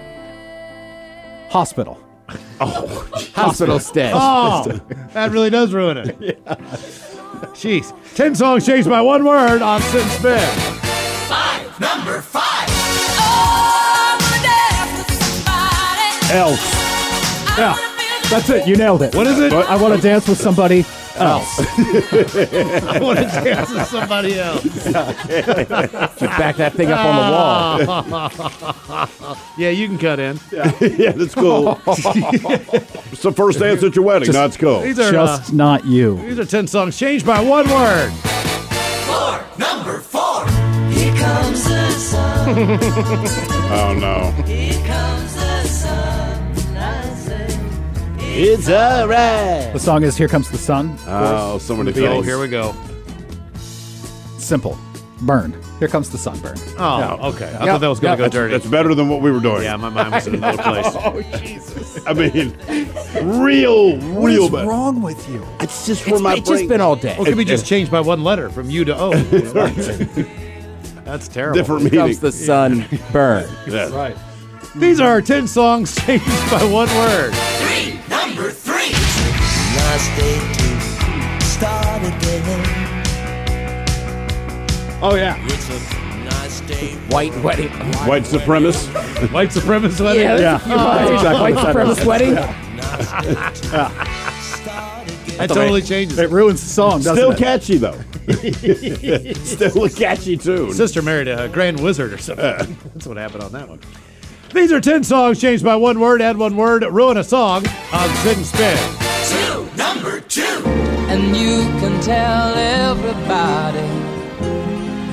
S17: Hospital.
S3: Oh,
S17: hospital stay.
S4: Oh, that really does ruin it. Jeez. Ten songs changed by one word on Sin Spin.
S12: Number five.
S20: Oh,
S17: Else. Yeah, that's it. You nailed it.
S4: What is it?
S17: I want to dance with somebody else.
S4: I want to dance with somebody else.
S14: back that thing up on the wall.
S4: wall. yeah, you can cut in.
S3: yeah, that's cool. it's the first dance at your wedding.
S17: Just-
S3: that's cool.
S4: These are, uh,
S17: Just not you.
S4: These are 10 songs changed by one word.
S12: Number four. Here comes the sun.
S3: Oh no.
S12: Here comes the sun. I say,
S3: It's all right.
S17: The song is "Here Comes the Sun."
S3: Oh, somebody
S17: From the
S3: calls.
S17: Beatles.
S4: go.
S17: Simple. Burn. Here comes the sunburn.
S21: Oh,
S17: Yeah.
S21: okay. I
S17: Yeah.
S21: thought that was going to
S17: Yeah.
S21: go dirty.
S3: That's better than what we were doing.
S21: Yeah, my mind was in another place.
S3: Oh, Jesus. I mean, real,
S21: What
S3: real
S21: is
S3: bad.
S17: wrong with you?
S3: It's just
S21: where my brain-
S4: Or could we just change by one letter from U to O? That's terrible.
S5: Different Here comes meaning. the sun burn.
S3: That's
S4: right. These are 10 songs changed by one word.
S12: Number three. Nice day to start again.
S3: Oh, yeah.
S12: It's a nice day.
S5: White wedding.
S3: White supremacist.
S4: White supremacist wedding?
S12: Yeah, that's a few words. White supremacist wedding?
S4: That totally changes.
S17: It ruins the song, doesn't
S3: Still
S17: it?
S3: catchy, though. Still a catchy tune.
S4: Sister married a grand wizard or something. That's what happened on that one. These are 10 songs changed by one word, add one word, ruin a song on Sit and Spin.
S12: Two. Number two.
S22: And you can tell everybody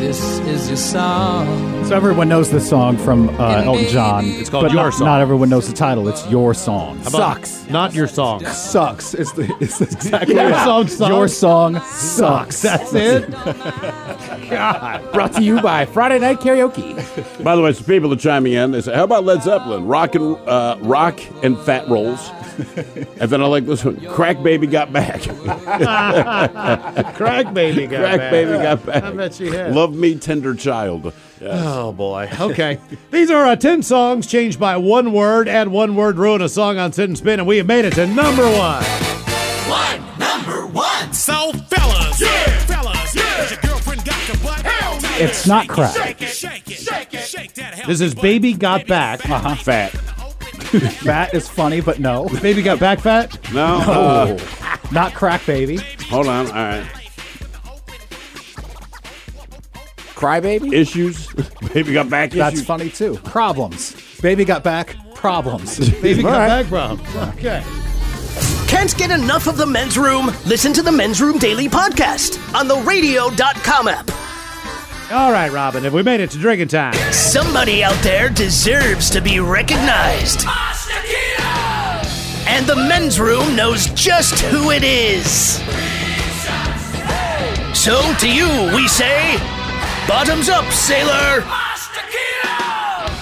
S22: this is your song.
S17: So everyone knows this song from uh, Elton John.
S22: It's called
S17: but
S22: Your
S17: not,
S22: Song.
S17: Not everyone knows the title. It's Your Song.
S4: How about Not your song.
S17: Sucks. It's, the, it's exactly
S4: Your
S17: it.
S4: song sucks?
S17: Your song sucks.
S4: That's it?
S3: God.
S5: Brought to you by Friday Night Karaoke.
S3: By the way, some people are chiming in. They say, "How about Led Zeppelin? Rock and uh, rock and fat rolls." and then I like this one. Crack baby got back.
S4: Crack baby got
S3: Crack
S4: back.
S3: baby got back.
S4: I bet she has.
S3: Love me tender child.
S4: Oh boy. Okay. These are uh, 10 songs changed by one word, add one word, ruin a song on Sit and Spin, and we have made it to number one.
S12: One. Number one.
S23: So fellas, yeah, fellas, yeah. Your girlfriend got the butt. Hell yeah.
S17: It's not crap.
S23: Shake it, shake it, shake it, shake that.
S4: This is Baby Got Back.
S17: Uh-huh.
S3: Fat.
S17: fat is funny, but no.
S4: Baby got back fat?
S3: No.
S17: No. not crack baby.
S3: Hold on. All right.
S5: Crybaby?
S3: Issues. Baby got back
S17: That's
S3: issues.
S17: funny too. Problems. Baby got back. Problems.
S4: Baby
S17: All
S4: got
S17: right.
S4: back problems. Okay.
S9: Can't get enough of the men's room? Listen to the men's room daily podcast on the radio.com app.
S4: All right, Robin, have we made it to drinking time?
S9: Somebody out there deserves to be recognized. And the men's room knows just who it is. So to you, we say, bottoms up, sailor.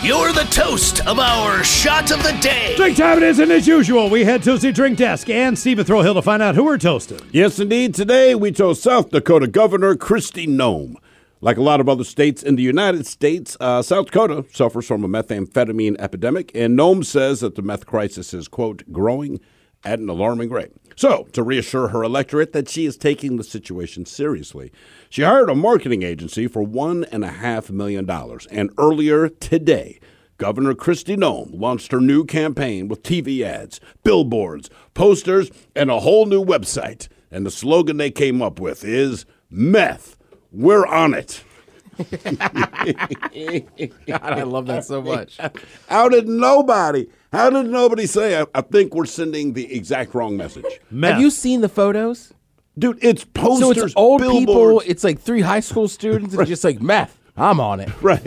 S9: You're the toast of our shot of the day.
S4: Drink time it is, and as usual, we head to the drink desk and Steve at Throw Hill to find out who we're toasting.
S3: Yes, indeed. Today we chose South Dakota Governor Christy Nome. Like a lot of other states in the United States, uh, South Dakota suffers from a methamphetamine epidemic, and Nome says that the meth crisis is, quote, growing at an alarming rate. So, to reassure her electorate that she is taking the situation seriously, she hired a marketing agency for $1.5 million. And earlier today, Governor Christy Nome launched her new campaign with TV ads, billboards, posters, and a whole new website. And the slogan they came up with is Meth, we're on it.
S5: God, I love that so much.
S3: How did nobody, how did nobody say, I, I think we're sending the exact wrong message?
S5: Have you seen the photos?
S3: Dude, it's posters,
S5: So it's old people.
S3: billboards.
S5: It's like three high school students and just like meth. I'm on it.
S3: Right.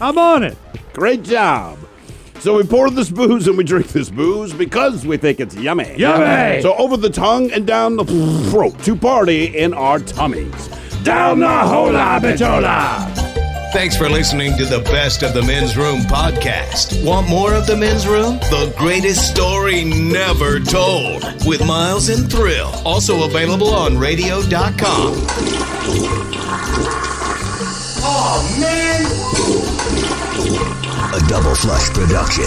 S4: I'm on it.
S3: Great job. So we pour this booze and we drink this booze because we think it's yummy.
S4: Yummy!
S3: So over the tongue and down the throat to party in our tummies. Down the hola bitola!
S1: Thanks for listening to the Best of the Men's Room podcast. Want more of the Men's Room? The greatest story never told with Miles and Thrill. Also available on radio.com.
S12: Oh man.
S24: A double flush production.